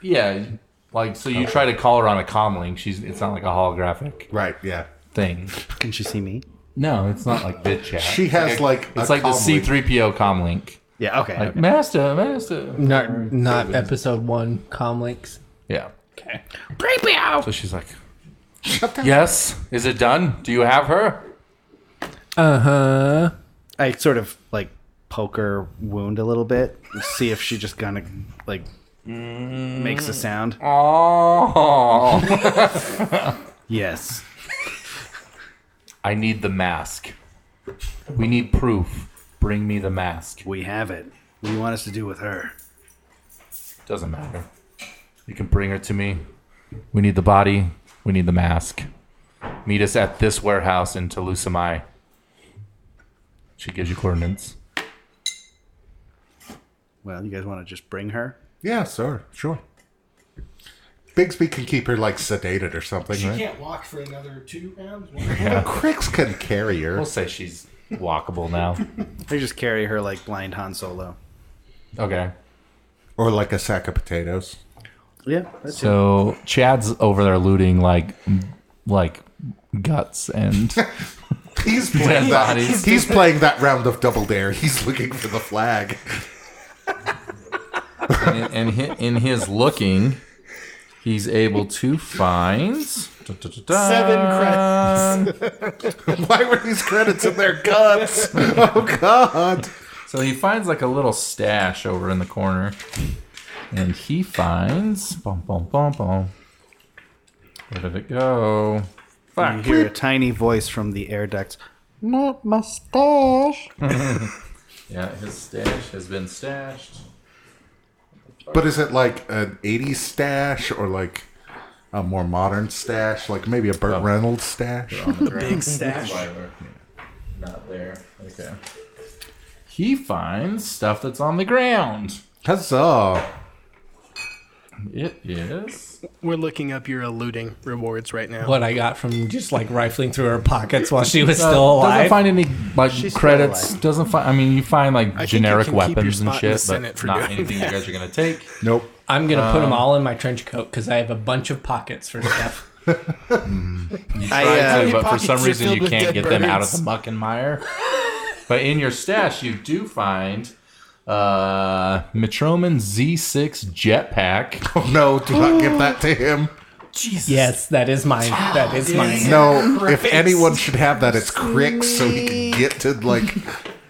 yeah, like so. You try to call her on a comm link. She's. It's not like a holographic Right, yeah. thing. Can she see me? No, it's not like bit chat. She has like it's a like the comm C link. three PO comm link. Yeah. Okay. Like master, master. Not not episode one comlinks. Yeah. Creepy out. So she's like, yes. Is it done? Do you have her? Uh huh. I sort of like poke her wound a little bit, and see if she just kind of like makes a sound. Oh. Yes. I need the mask. We need proof. Bring me the mask. We have it. What do you want us to do with her? Doesn't matter. You can bring her to me. We need the body. We need the mask. Meet us at this warehouse in Tolusamai. She gives you coordinates. Well, you guys want to just bring her? Yeah, sir. Sure. Bigsby can keep her like sedated or something, She right? can't walk for another two *laughs* rounds. Cricks can carry her. We'll say she's walkable now. They just carry her like blind Han Solo. *laughs* Okay. Or like a sack of potatoes. Yeah, that's it. So Chad's over there looting like like guts and He's *laughs* playing that bodies. he's playing that round of double dare. He's looking for the flag. *laughs* and, and hi- *laughs* in his looking, he's able to find seven Seven credits. Why were these credits in their *laughs* guts? Oh god. So he finds like a little stash over in the corner, and he finds bum bum bum bum. Where did it go? You hear a tiny voice from the air ducts. Not my stash. Yeah, his stash has been stashed. But is it like an 80s stash or like a more modern stash? Like maybe a Oh. Burt Reynolds stash? Big stash. Not there. Okay. He finds stuff that's on the ground. Huzzah. It is. We're looking up your eluding rewards right now. What I got from just like rifling through her pockets while *laughs* she was still Uh, alive. Doesn't find any like still credits. Doesn't find. I mean, you find like think you generic can keep your weapons and spot in the shit, Senate but for not doing anything you guys are gonna take. Nope. *laughs* I'm gonna put them all in my trench coat because I have a bunch of pockets for stuff. I, uh, Right, but for pockets some are reason filled you with can't dead get them out of birds. the muck and mire. but in your stash, you do find uh Metroman Z6 jetpack. *laughs* No, do not give that to him. *laughs* yes, that is *gasps* mine. That is mine. No, if anyone should have that, it's Crick, so he can get to like. *laughs*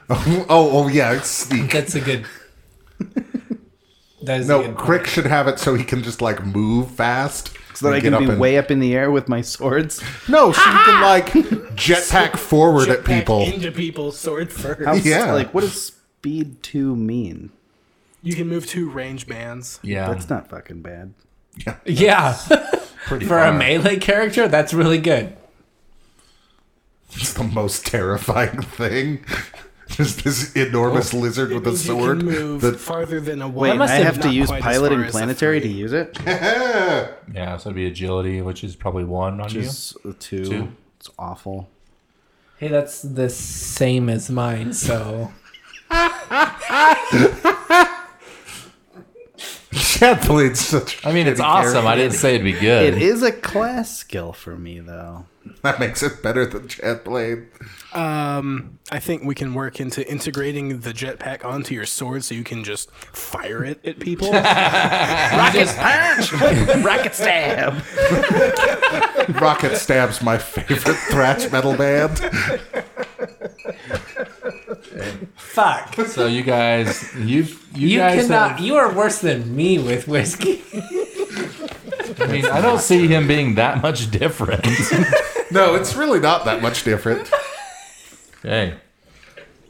Oh, oh yeah, it's sneak. That's a good. That is a No, good Crick should have it so he can just like move fast. so that I and get can be and- way up in the air with my swords. No, so you can like jetpack forward at people. Into people, sword first. *laughs* How's- Yeah. Like, what does speed two mean? You can move two range bands. Yeah, That's not fucking bad. *laughs* Yeah, *laughs* for a melee character, that's really good. It's *laughs* the most terrifying thing. Just this enormous lizard with a Means sword. Oh. You can move that- *laughs* farther than a Wait, and one. I have to Not use quite as pilot far and as the planetary to three. use it. yeah. So it'd be agility, which is probably one on Just a two. Two. It's awful. Hey, that's the same as mine. So Chad played such. you. I mean, it's shitty awesome. I character. didn't say it'd be good. It is a class skill for me, though. *laughs* That makes it better than Chad *laughs* played. Um, I think we can work into integrating the jetpack onto your sword so you can just fire it at *laughs* people. Rocket stab. Rocket stabs my favorite thrash metal band. fuck. So you guys, you you, You guys cannot. have- You are worse than me with whiskey. I mean, I don't see him being that much different. *laughs* No, it's really not that much different. okay.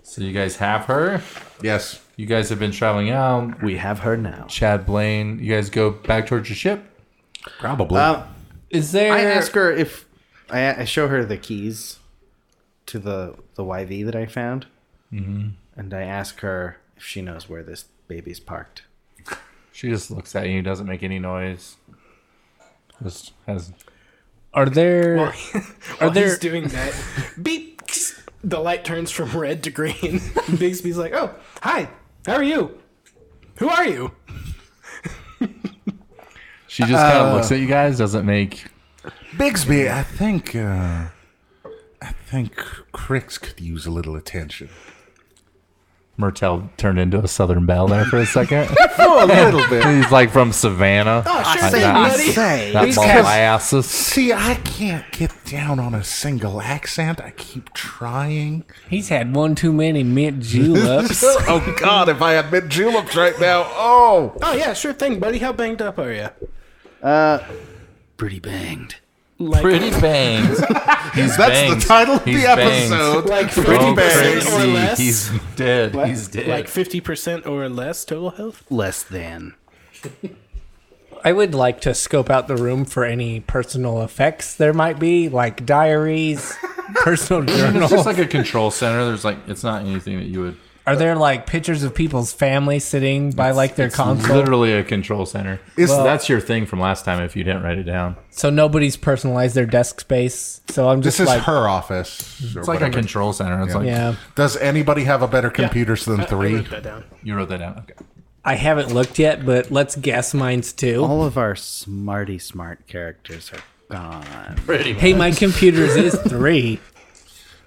So you guys have her. Yes. You guys have been traveling out. We have her now. Chad Blaine. You guys go back towards your ship. Probably. Uh, Is there? I ask her if I, I show her the keys to the the YV that I found, Mm-hmm. and I ask her if she knows where this baby's parked. She just looks at you. Doesn't make any noise. Just has. Are there? Are there- he's doing *laughs* that, beep. The light turns from red to green. *laughs* Bigsby's like, "Oh, hi. How are you? Who are you?" She just kind of looks at you guys. Doesn't make. Bigsby, I think uh, I think Crix could use a little attention. Mertel turned into a Southern Belle there for a second. *laughs* a little bit. He's like from Savannah. Oh, *laughs* sure Say, That molasses. see, I can't get down on a single accent. I keep trying. He's had one too many mint *laughs* juleps. oh God! If I had mint juleps right now, oh, Oh yeah, sure thing, buddy. How banged up are you? Pretty banged. Pretty *laughs* bangs. that's He's banged. the title of He's the banged. episode. Like Oh, fifty percent or crazy. less. He's dead. He's dead. *laughs* like fifty percent or less total health. Less than. I would like to scope out the room for any personal effects there might be, like diaries, personal it's journals. just *laughs* like a control center. There's like it's not anything that you would. Are there like pictures of people's family sitting by like their console? Literally a control center. so that's your thing from last time. If you didn't write it down, so nobody's personalized their desk space. So I'm just This is like, her office. or it's like whatever. a control center. It's like yeah, Does anybody have a better computers than I three? wrote that down. you wrote that down. Okay. I haven't looked yet, but let's guess mine's too. All of our smarty smart characters are gone. Hey, my computer's is three.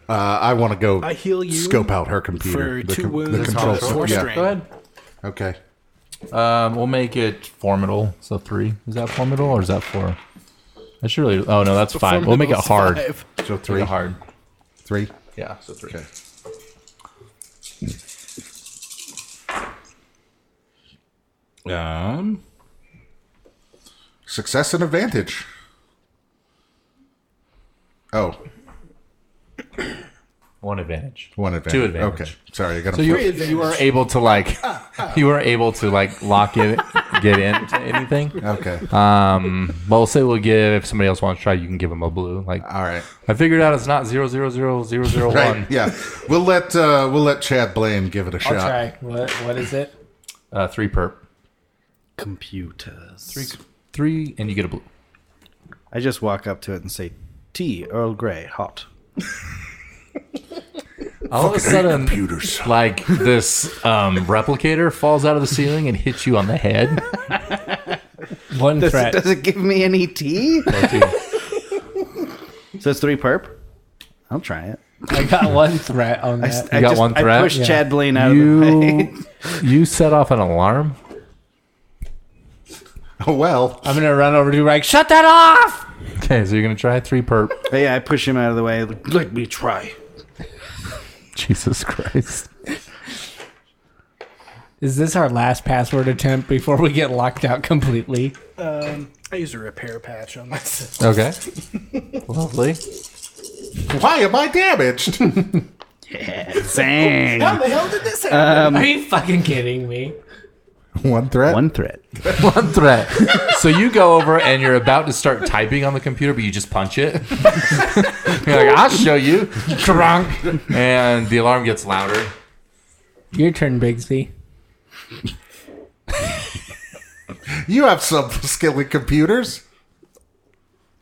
Uh, I want to go. I heal you Scope out her computer. for two com- wounds, four yeah. strain. Go ahead. Okay. Um, we'll make it formidable. So three. Is that formidable or is that four? I should really. Oh no, that's five. We'll make it Formidable's hard. five. So Make three. it hard. Three. Yeah. So three. Okay. Um. Success and advantage. Oh, One advantage. one advantage. Two advantage. Okay, sorry, I got So you you *laughs* were able to like you were able to like lock it get into anything. Okay, Um, but we'll say we'll give if somebody else wants to try, you can give them a blue. Like all right, I figured out it's not zero zero zero zero zero right, one. yeah. We'll let uh, we'll let Chad Blaine give it a shot. Try what? What is it? Uh, three perp. Computers. Three, three, and you get a blue. I just walk up to it and say, "Tea, Earl Grey, hot." All of a sudden, Computers. like this um, replicator falls out of the ceiling and hits you on the head. One *laughs* Does it, threat. does it give me any tea? so it's three perp. I'll try it. I got one threat on I, that. I got just- one I threat? pushed Yeah. Chad Blaine out of the way. *laughs* You *laughs* you set off an alarm. Oh *laughs* well, I'm gonna run over to like, shut that off. Okay, so you're gonna try three perp. But yeah, I push him out of the way. like, Let me try. Jesus Christ. Is this our last password attempt before we get locked out completely? I use a repair patch on my system. Okay. Lovely. why am I damaged? Zang. How the hell did this happen? Are you fucking kidding me? one threat. *laughs* One threat. One threat. So you go over and you're about to start typing on the computer, but you just punch it. *laughs* you're like, I'll show you. Drunk. And the alarm gets louder. Your turn, Bigsby. You have some skill in computers.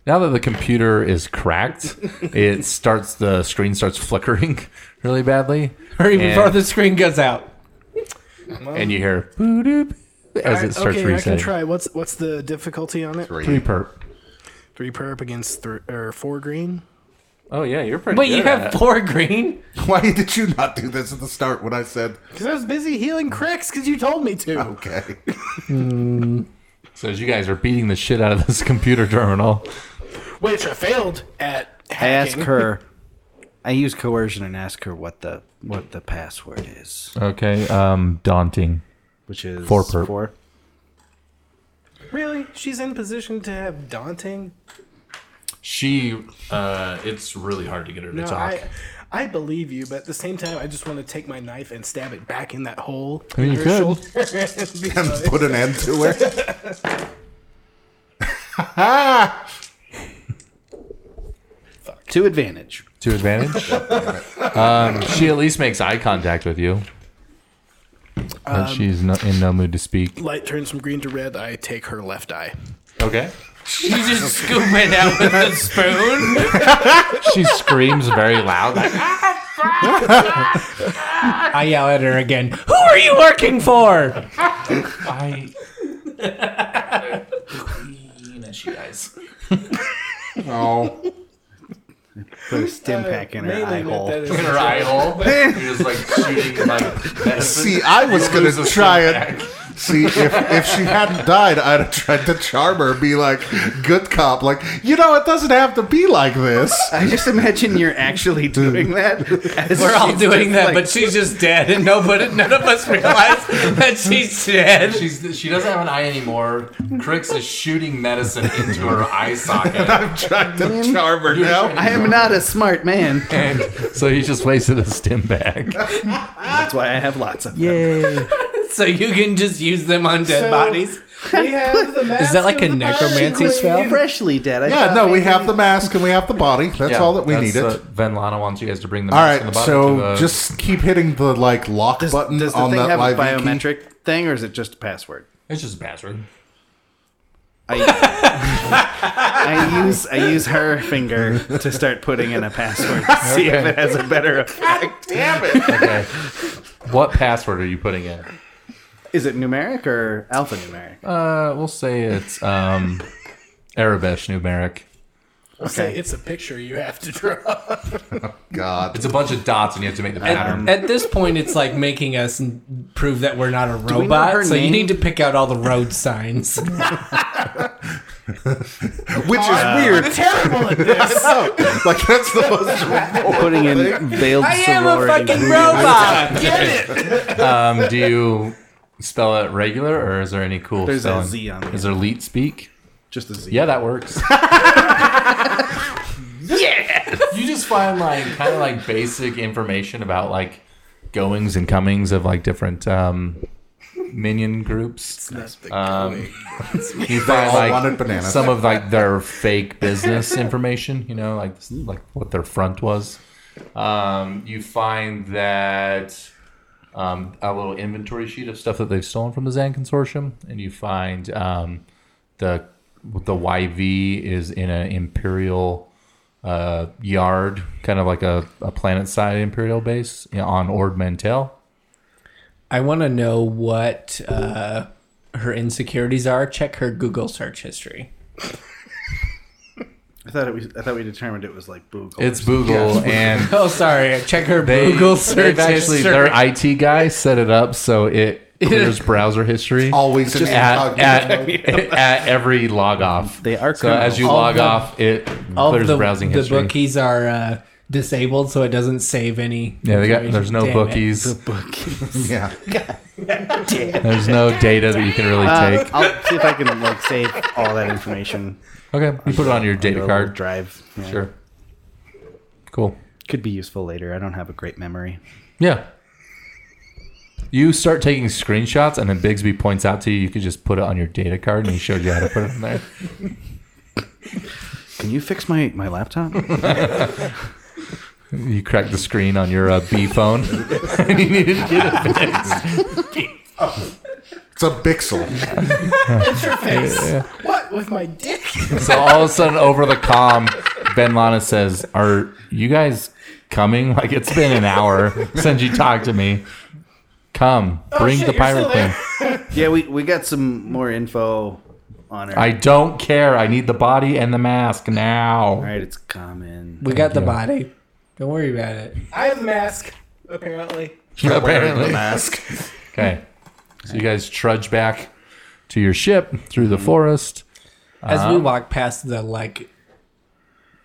Now that the computer is cracked, it starts the screen starts flickering *laughs* really badly. Hurry And- before the screen goes out. And you hear boo-doop as it *laughs* starts okay, I can resetting. try. What's what's the difficulty on it? Three, Three perp. perp against three or four green. Oh yeah, you're pretty Wait, you have four green? Why did you not do this at the start when I said Because I was busy healing cracks because you told me to. okay? *laughs* So as you guys are beating the shit out of this *laughs* computer terminal. Which I failed at I ask hacking. her. I use coercion and ask her what the what the password is, Okay, um daunting. which is Four perp. Four. Really? She's in position to have daunting? She uh it's really hard to get her to No, talk. I, I believe you, but at the same time, I just want to take my knife and stab it back in that hole. I mean, you in her could. shoulder. *laughs* Be and like, put an end to it. To advantage. To *laughs* advantage. um, she at least makes eye contact with you. Um, But she's no, in no mood to speak. Light turns from green to red. I take her left eye. Okay. You just scoop it out with a spoon. *laughs* She screams very loud. Like, "Ah!" I yell at her again. Who are you working for? I. Queen, and she dies. Oh, Put a stim pack in her eye Mainly meant that hole. is- her eye hole. You're just like *laughs* shooting like. see, I *laughs* was gonna try it. See, if, if she hadn't died, I'd have tried to charm her, be like, good cop. Like, you know, it doesn't have to be like *laughs* this. I just imagine you're *laughs* actually doing that. as We're all she's doing just that, like- but she's just dead, and nobody, none of us realize that she's dead. She's, she doesn't have an eye anymore. Crix is shooting medicine into her eye socket. *laughs* I'm trying to charm her *laughs* now. I am not a smart man. so he just wasted a stim bag. That's why I have lots of them. So you can just use them on dead bodies. We have the Is that like a necromancy spell? Freshly dead. I Yeah, thought no, we maybe- have the mask and we have the body. That's all that we needed. Van Lana wants you guys to bring the all mask and right, the bottle so to uh, the- just keep hitting the like lock Does, button does the on thing that have a live E key. biometric thing, or is it just a password? It's just a password. I, *laughs* I use I use her finger to start putting in a password to see if it has a better effect. Okay. *laughs* what password are you putting in? Is it numeric or alphanumeric? Uh, we'll say it's um, Arabish numeric. Okay, it's a picture you have to draw. *laughs* God, It's a bunch of dots, and you have to make the pattern. Um, At this point, it's like making us n- prove that we're not a we know her robot. So you name? need to pick out all the road signs. which is weird. Terrible at this. *laughs* like that's the most. Putting in veiled I am a sorority. fucking robot. Get it. um, do you spell it regular, or is there any cool There's a spelling? Z on the Is there leet speak? just a Z. Yeah, that *laughs* works. Yeah. you just find like kind of like basic information about like goings and comings of like different um, minion groups. Um, *laughs* you find all like wanted bananas. some of like their fake business information. You know, like Hmm. like what their front was. Um, you find that um, a little inventory sheet of stuff that they've stolen from the Zan Consortium, and you find um, the the YV is in an imperial uh, yard, kind of like a, a planet side imperial base you know, on Ord Mantell. *laughs* I want to know what uh, her insecurities are. Check her Google search history. I thought it was, I thought we determined it was like Boogle. It's Boogle, and Oh, sorry. Check her they, Google they've search actually history. their IT guy set it up so it *laughs* clears browser history. Always an at, incognito. at, *laughs* at every log off. They are so as you criminals. log the- off, it all clears the, browsing the history. bookies are uh, disabled, so it doesn't save any. yeah, they got, information. there's no Damn it. *laughs* bookies. Yeah, There's no data that you can really Uh, take. I'll see if I can like save all that information. Okay, you put it on your to a data little card. drive. Yeah. Sure. Cool. Could be useful later. I don't have a great memory. Yeah. You start taking screenshots, and then Bigsby points out to you, you could just put it on your data card, and he showed you how to put it in there. Can you fix my, my laptop? You cracked the screen on your uh, B phone, *laughs* and you needed to get it fixed. it's a Bixel. What with my dick? So all of a sudden, over the comm, Ben Lana says, "Are you guys coming? Like it's been an hour since you talked to me. Come, Oh, bring shit, the you're pirate still there? queen. yeah, we, we got some more info on her. I don't care. I need the body and the mask all now. right, it's common. We got the body. Don't worry about it. I have a mask, apparently. *laughs* Apparently, mask. Okay, so you guys trudge back to your ship through the forest. As Uh-huh. we walk past the like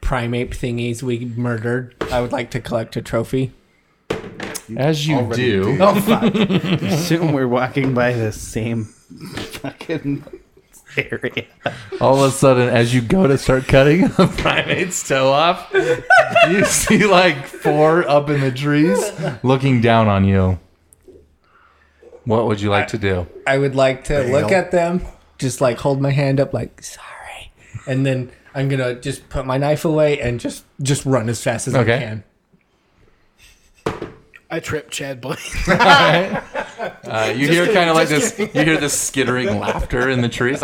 primate thingies we murdered, I would like to collect a trophy. As you do." Oh fuck! Assume we're walking by the same fucking area. All of a sudden, as you go to start cutting a *laughs* primate's toe off, you see like four up in the trees looking down on you. What would you like to do? I would like to look at them, just like hold my hand up, like sorry, and then I'm gonna just put my knife away and just just run as fast as Okay. I can. I tripped Chad Blaine. Uh, you hear kind of like this. You hear this skittering laughter in the trees.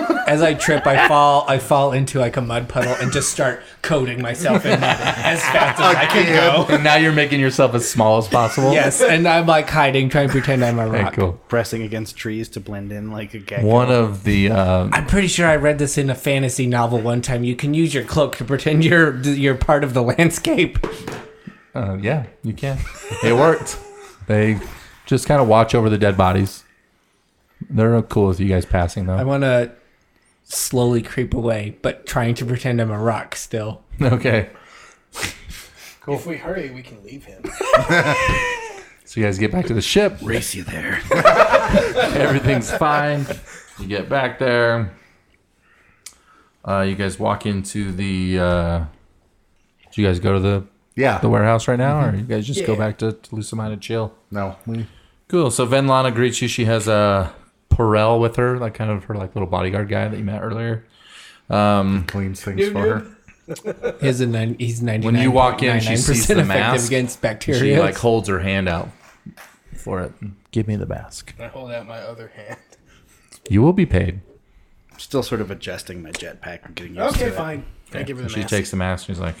*laughs* Like, As I trip, I fall, I fall into like a mud puddle and just start coating myself in mud as fast as I can go. and now you're making yourself as small as possible. Yes, and I'm like hiding, trying to pretend I'm a Okay, rock. cool. Pressing against trees to blend in like a gecko. One of the uh, I'm pretty sure I read this in a fantasy novel one time. You can use your cloak to pretend you're you're part of the landscape. Uh, yeah, you can. It worked. they just kind of watch over the dead bodies. They're cool with you guys passing I though. want to slowly creep away, but trying to pretend I'm a rock still. Okay, If we hurry, we can leave him. so you guys get back to the *laughs* ship. Race you there. *laughs* Everything's fine. You get back there. Uh, you guys walk into the. Uh, do you guys go to the Yeah. the warehouse right now, or you guys just go back to Tulusama to chill? no. we- Cool. So Venlana greets you. She has a Perel with her, like kind of her like little bodyguard guy that you met earlier. Cleans things for her. He's a nine, he's ninety. When you walk in, she sees the mask. against bacteria. She like holds her hand out for it. Give me the mask. I hold out my other hand. You will be paid. Still sort of adjusting my jetpack and getting used Okay, to fine. I give her the she mask. takes the mask. And she's like,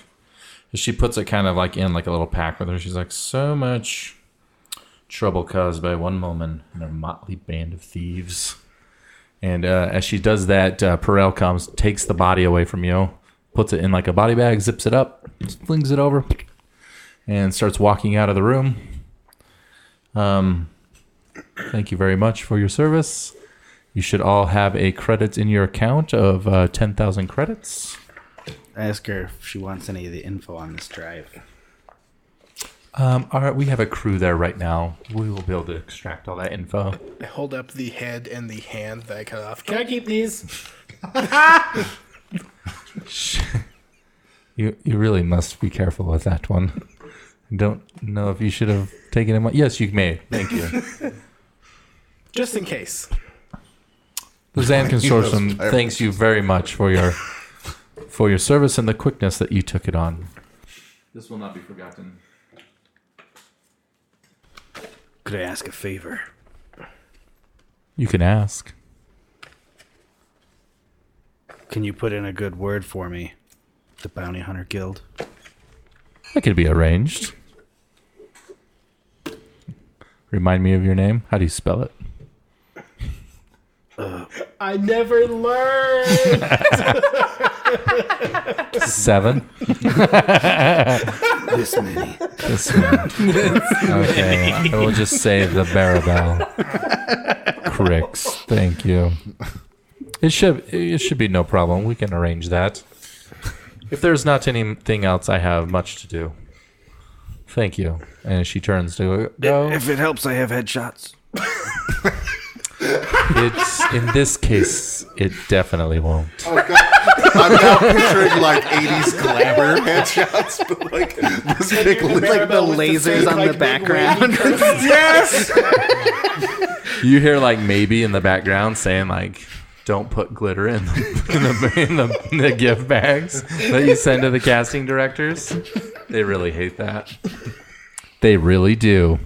she puts it kind of like in like a little pack with her. She's like, so much trouble caused by one woman and a motley band of thieves. And uh, as she does that, uh, Perel comes, takes the body away from you, puts it in like a body bag, zips it up, flings it over, and starts walking out of the room. Um, thank you very much for your service. You should all have a credit in your account of uh, 10,000 credits. it. Ask her if she wants any of the info on this drive. Um, all right, we have a crew there right now. We will be able to extract all that info. I hold up the head and the hand that I cut off. Can I keep these? You you really must be careful with that one. *laughs* Don't know if you should have taken him. Yes, you may. Thank you. Just in case. The Zan Consortium those thanks you very much for your for your service and the quickness that you took it on. This will not be forgotten. Could I ask a favor? You can ask. Can you put in a good word for me? The Bounty Hunter Guild. That could be arranged. Remind me of your name. How do you spell it? I never learned. *laughs* Seven. This many. This one. okay, I will just say the Barabel. Cricks, thank you. It should it should be no problem. We can arrange that. If there's not anything else, I have much to do. Thank you. And she turns to go. If it helps, I have headshots. It's in this case, it definitely won't. *laughs* I'm now picturing like 80s glamour headshots, but like this big Like the lasers on the background. *laughs* You hear like maybe in the background saying like, "Don't put glitter in the in the, in the, the gift bags that you send to the casting directors." They really hate that. They really do.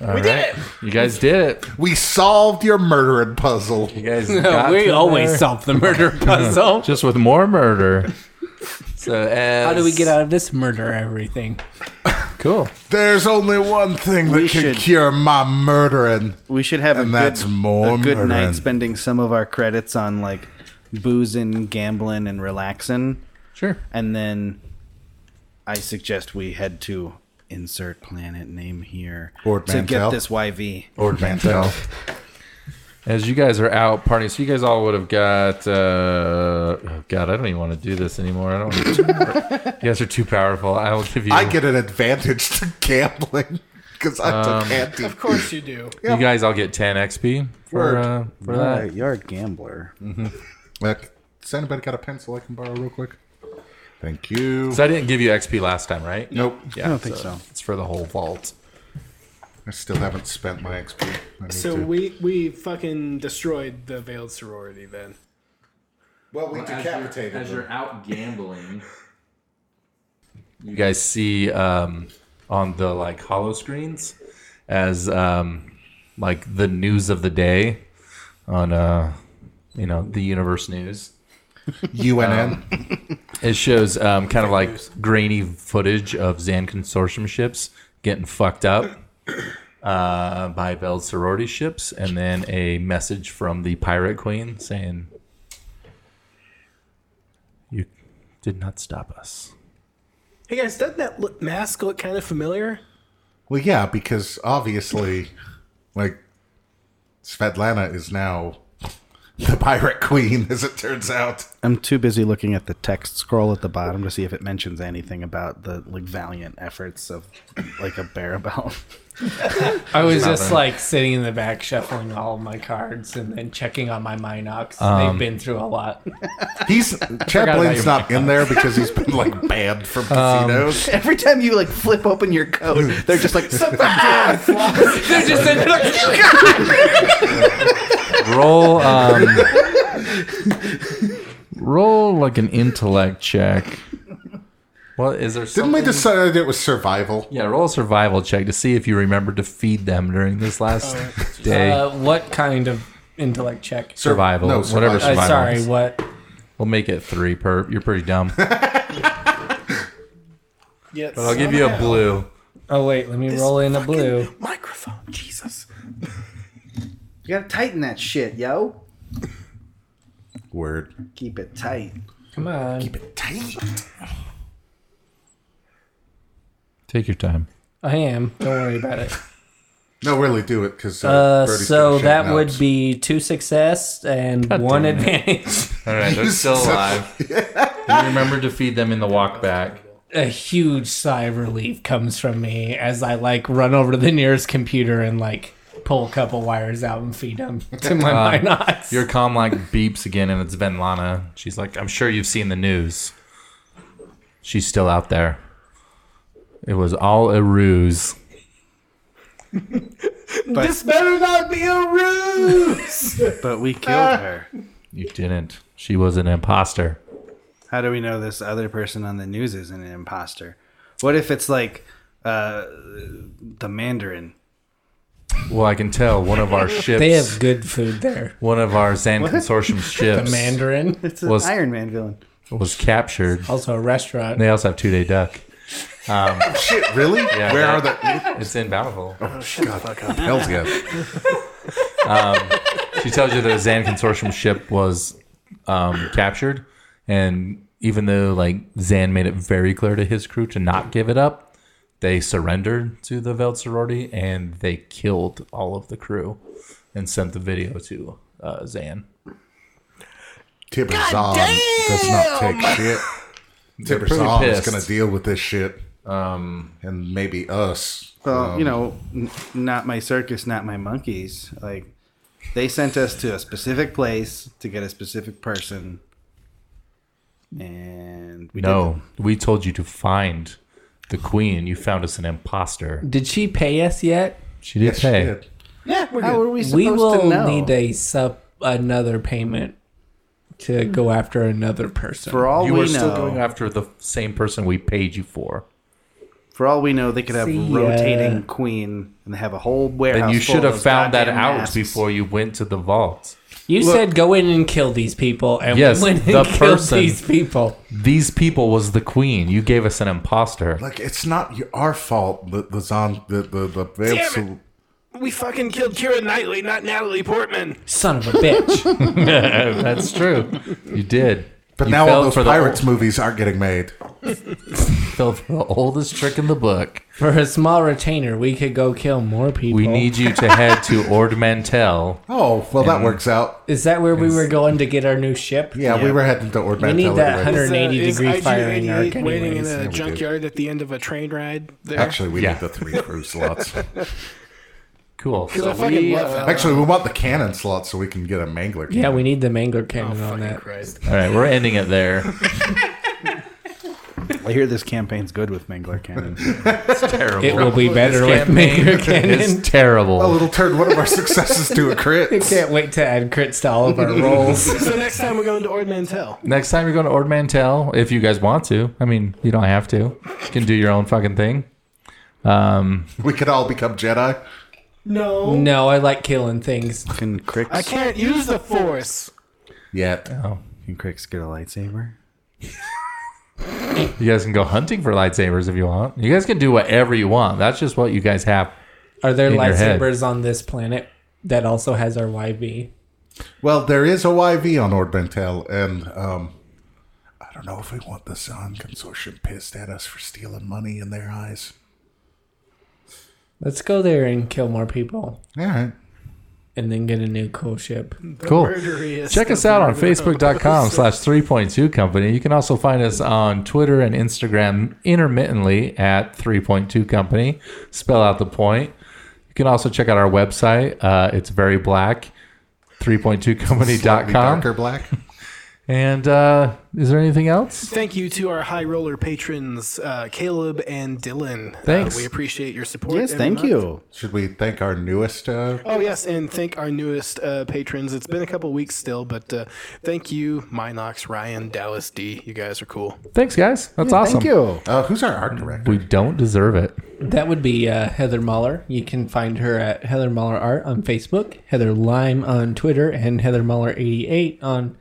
All right, you guys did it. We solved your murdering puzzle. You guys, No, got "Oh, we through always there. solve the *laughs* murder puzzle. just with more murder. So as, How do we get out of this murder? Everything. Cool. There's only one thing that We can should- cure my murdering. We should have And a that's good, more a good murdering. night spending some of our credits on like boozing, gambling, and relaxing. Sure. And then I suggest we head to insert planet name here Ord to Mantell. get this YV. Lord Mantel. As you guys are out partying, so you guys all would have got. Uh, oh God, I don't even want to do this anymore. I don't. *laughs* Want to, you guys are too powerful. I will give you. I get an advantage to gambling. because I took anti. Of course you do. You guys all get 10 XP for, Word. uh, for All that. right, you're a gambler. Look, Has anybody got a pencil I can borrow real quick? Thank you. So I didn't give you XP last time, right? nope. Yeah, I don't think so. It's for the whole vault. I still haven't spent my XP. I need So to. we we fucking destroyed the veiled sorority then. well, we As decapitated you're, as them. you're out gambling, You guys see um, on the like hollow screens as um, like the news of the day on uh, you know the universe news. UNN. Um, It shows um, kind of like grainy footage of Xan consortium ships getting fucked up uh, by Veiled sorority ships, and then a message from the pirate queen saying, "You did not stop us." Hey guys, doesn't that look, mask look kind of familiar? well, yeah, because obviously, like, Svetlana is now the pirate queen, as it turns out. I'm too busy looking at the text scroll at the bottom to see if it mentions anything about the like valiant efforts of like a Barabel. I was just like sitting in the back, shuffling all of my cards and then checking on my Minox. Um, They've been through a *laughs* lot. He's Chad Blaine's not in there because he's been *laughs* like banned from casinos. *laughs* Every time you like flip open your coat, they're just like They're just *laughs* in Roll, um, roll like an intellect check. What is there? Didn't we something- decide it was survival? Yeah, roll a survival check to see if you remember to feed them during this last Oh, day. Uh, what kind of intellect check? Sur- Survival, whatever Uh, survival. sorry, what? We'll make it three per. You're pretty dumb. but Yes. I'll give you a blue. Oh wait, let me roll in a blue. microphone. Jesus. You gotta tighten that shit, yo. Word. Keep it tight. Come on. Uh, Take your time. I am. Don't worry about it. No, really do it because uh, Uh, Birdie's so gonna that shake would notes. be two success and one damn advantage. All *laughs* right, they're still alive. you remember to feed them in the walk back. a huge sigh of relief comes from me as I like run over to the nearest computer and like pull a couple wires out and feed them *laughs* to *laughs* my Uh, Minox. Your comm like beeps again, and it's Venlana. She's like, "I'm sure you've seen the news. She's still out there. It was all a ruse." this better not be a ruse. But we killed her. You didn't. She was an imposter. How do we know this other person on the news isn't an imposter? What if it's like uh, the Mandarin? Well, I can tell one *laughs* of our ships, they have good food there. one of our Zan *laughs* consortium The *laughs* ships, Mandarin, It's an Was- Iron Man villain. was captured. also a restaurant. They also have two day duck. Shit, really? Where are the? It's in Bountiful. *laughs* Hell's yes. She tells you that a Zan consortium ship was um, captured, and even though like Zan made it very clear to his crew to not give it up, they surrendered to the Veld sorority and they killed all of the crew, and sent the video to uh, Zan. Tiberzon does not take shit. Tiberzon is pissed. going to deal with this shit. Um, and maybe us. Well, you know, n- not my circus, not my monkeys. Like, they sent us to a specific place to get a specific person, and we No, we told you to find the queen. You found us an imposter. Did she pay us yet? She did Yes, pay. shit. didn't. How are we supposed We will to know? need a sub another payment to go after another person. for all You Oh, we were know, still going after the same person we paid you for. for all we know, they could have See ya. rotating queen and they have a whole warehouse. And you full of should have those found that goddamn out masks. before you went to the vault. you said go in and kill these people, and Yes, we went and the killed person. these people. These people was the queen. You gave us an imposter. Like, it's not y- our fault that the Zon, the, the, the veil. Damn it. We fucking killed Kira Knightley, not Natalie Portman. *laughs* Son of a bitch. That's true. You did. But You now all fell those for the pirates old- movies aren't getting made. *laughs* Fell for the oldest trick in the book. For a small retainer, we could go kill more people. We need you to *laughs* head to Ord Mantell. Oh, well, that works out. Is that where we were going to get our new ship? Yeah, we were heading to Ord We need Mantell that anyway. 180 Is, uh, is degree firing arc, IG-88 waiting in anyways. a we do. junkyard at the end of a train ride. There. Actually, we Yeah. need the three crew slots. Cool. because I So fucking we, love that. Actually, we want the cannon slot so we can get a mangler. Cannon. Yeah, we need the Mangler cannon on Oh, Fucking that. Christ. all right, we're ending it there. *laughs* I hear this campaign's good with Mangler Cannon. terrible. It will be better with *laughs* campaign Mangler It's cannon. A terrible. little turn one of our *laughs* successes to a crit. Can't wait to add crits to all of *laughs* our rolls. So next time we're going to Ord Mantell. Next time you're going to Ord Mantell, if you guys want to. I mean, you don't have to. You can do your own fucking thing. Um, *laughs* We could all become Jedi. No, no, I like killing things. *laughs* Can Crix, I can't use the Force. Yeah. can Crix get a lightsaber? you guys can go hunting for lightsabers if you want. You guys can do whatever you want. That's just what you guys have. Are there In your head. lightsabers on this planet that also has our YB? Well, there is a YV on Ord Mantell, and um, I don't know if we want the Zon Consortium pissed at us for stealing money in their eyes. Let's go there and kill more people All right. and then get a new cool ship. *laughs* Cool. Murderous. Check us out on facebook.com slash 3.2 company. You can also find us on Twitter and Instagram intermittently at 3.2 company. Spell out the point. You can also check out our website. Uh, it's very black, 3.2company.com. Darker black. And uh, is there anything else? Thank you to our high roller patrons, uh, Caleb and Dylan. Uh, Thanks. we appreciate your support. Yes, every thank month. you. Should we thank our newest? Uh, Oh yes, and thank our newest uh, patrons. It's been a couple weeks still, but uh, thank you, Minox, Ryan, Dallas D. You guys are cool. Thanks, guys. That's awesome. Thank you. uh, who's our art director? We don't deserve it. That would be uh, Heather Mahler. You can find her at Heather Mahler Art on Facebook, Heather Lime on Twitter, and Heather Mahler88 on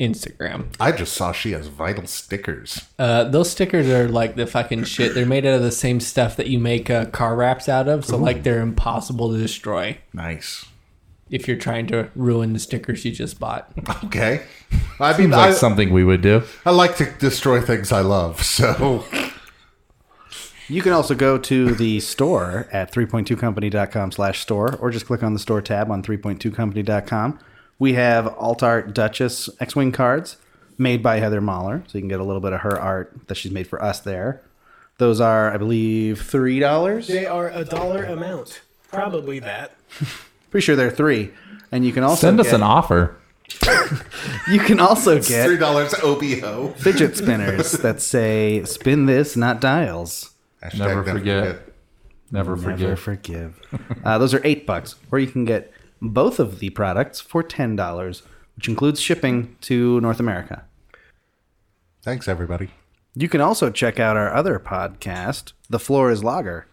Instagram. I just saw she has vital stickers. Uh, those stickers are like the fucking shit. They're made out of the same stuff that you make uh, car wraps out of, so like they're impossible to destroy Nice. if you're trying to ruin the stickers you just bought. Okay. *laughs* I mean, Seems like I, something we would do. I like to destroy things I love, so You can also go to the store at 3.2company.com slash store or just click on the store tab on 3.2company.com. We have Altart Duchess X-Wing cards made by Heather Mahler, so you can get a little bit of her art that she's made for us there. Those are, I believe, $3? They are a dollar amount, probably that. Pretty sure they're 3 And you can also Send us get- an offer. You can also *laughs* three get dollars OBO. fidget spinners that say "spin this, not dials." Hashtag Never forget. Never forget. Never forgive. Uh, those are eight bucks, or you can get both of the products for ten dollars, which includes shipping to North America. Thanks, everybody. You can also check out our other podcast, The Floor Is Lager.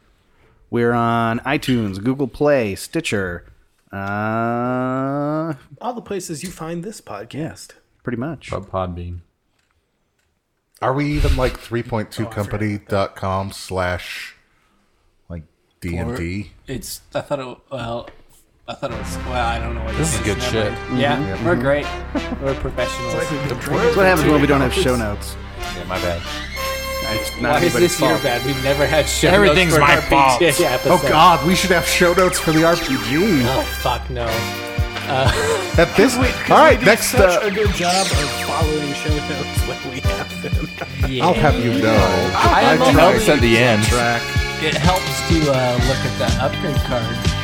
We're on iTunes, Google Play, Stitcher, uh, All the places you find this podcast. pretty much. Podbean. Are we even Oh, like 3.2company.com slash like D&D? It's I thought it well, I thought it was well, I don't know what This is good shit. Yeah, we're great. We're professionals. That's what happens when we don't have show notes. Yeah, my bad. It's not Why is anybody's this your fault. bad? We've never had show notes Everything's for my an RPG fault. Episode. Oh god, we should have show notes for the RPG. Oh fuck no. At this All right, next Such uh, a good job of following show notes when we have them. I'll have you know. I I am tried helps at the end. track. It helps to uh, look at the upgrade card.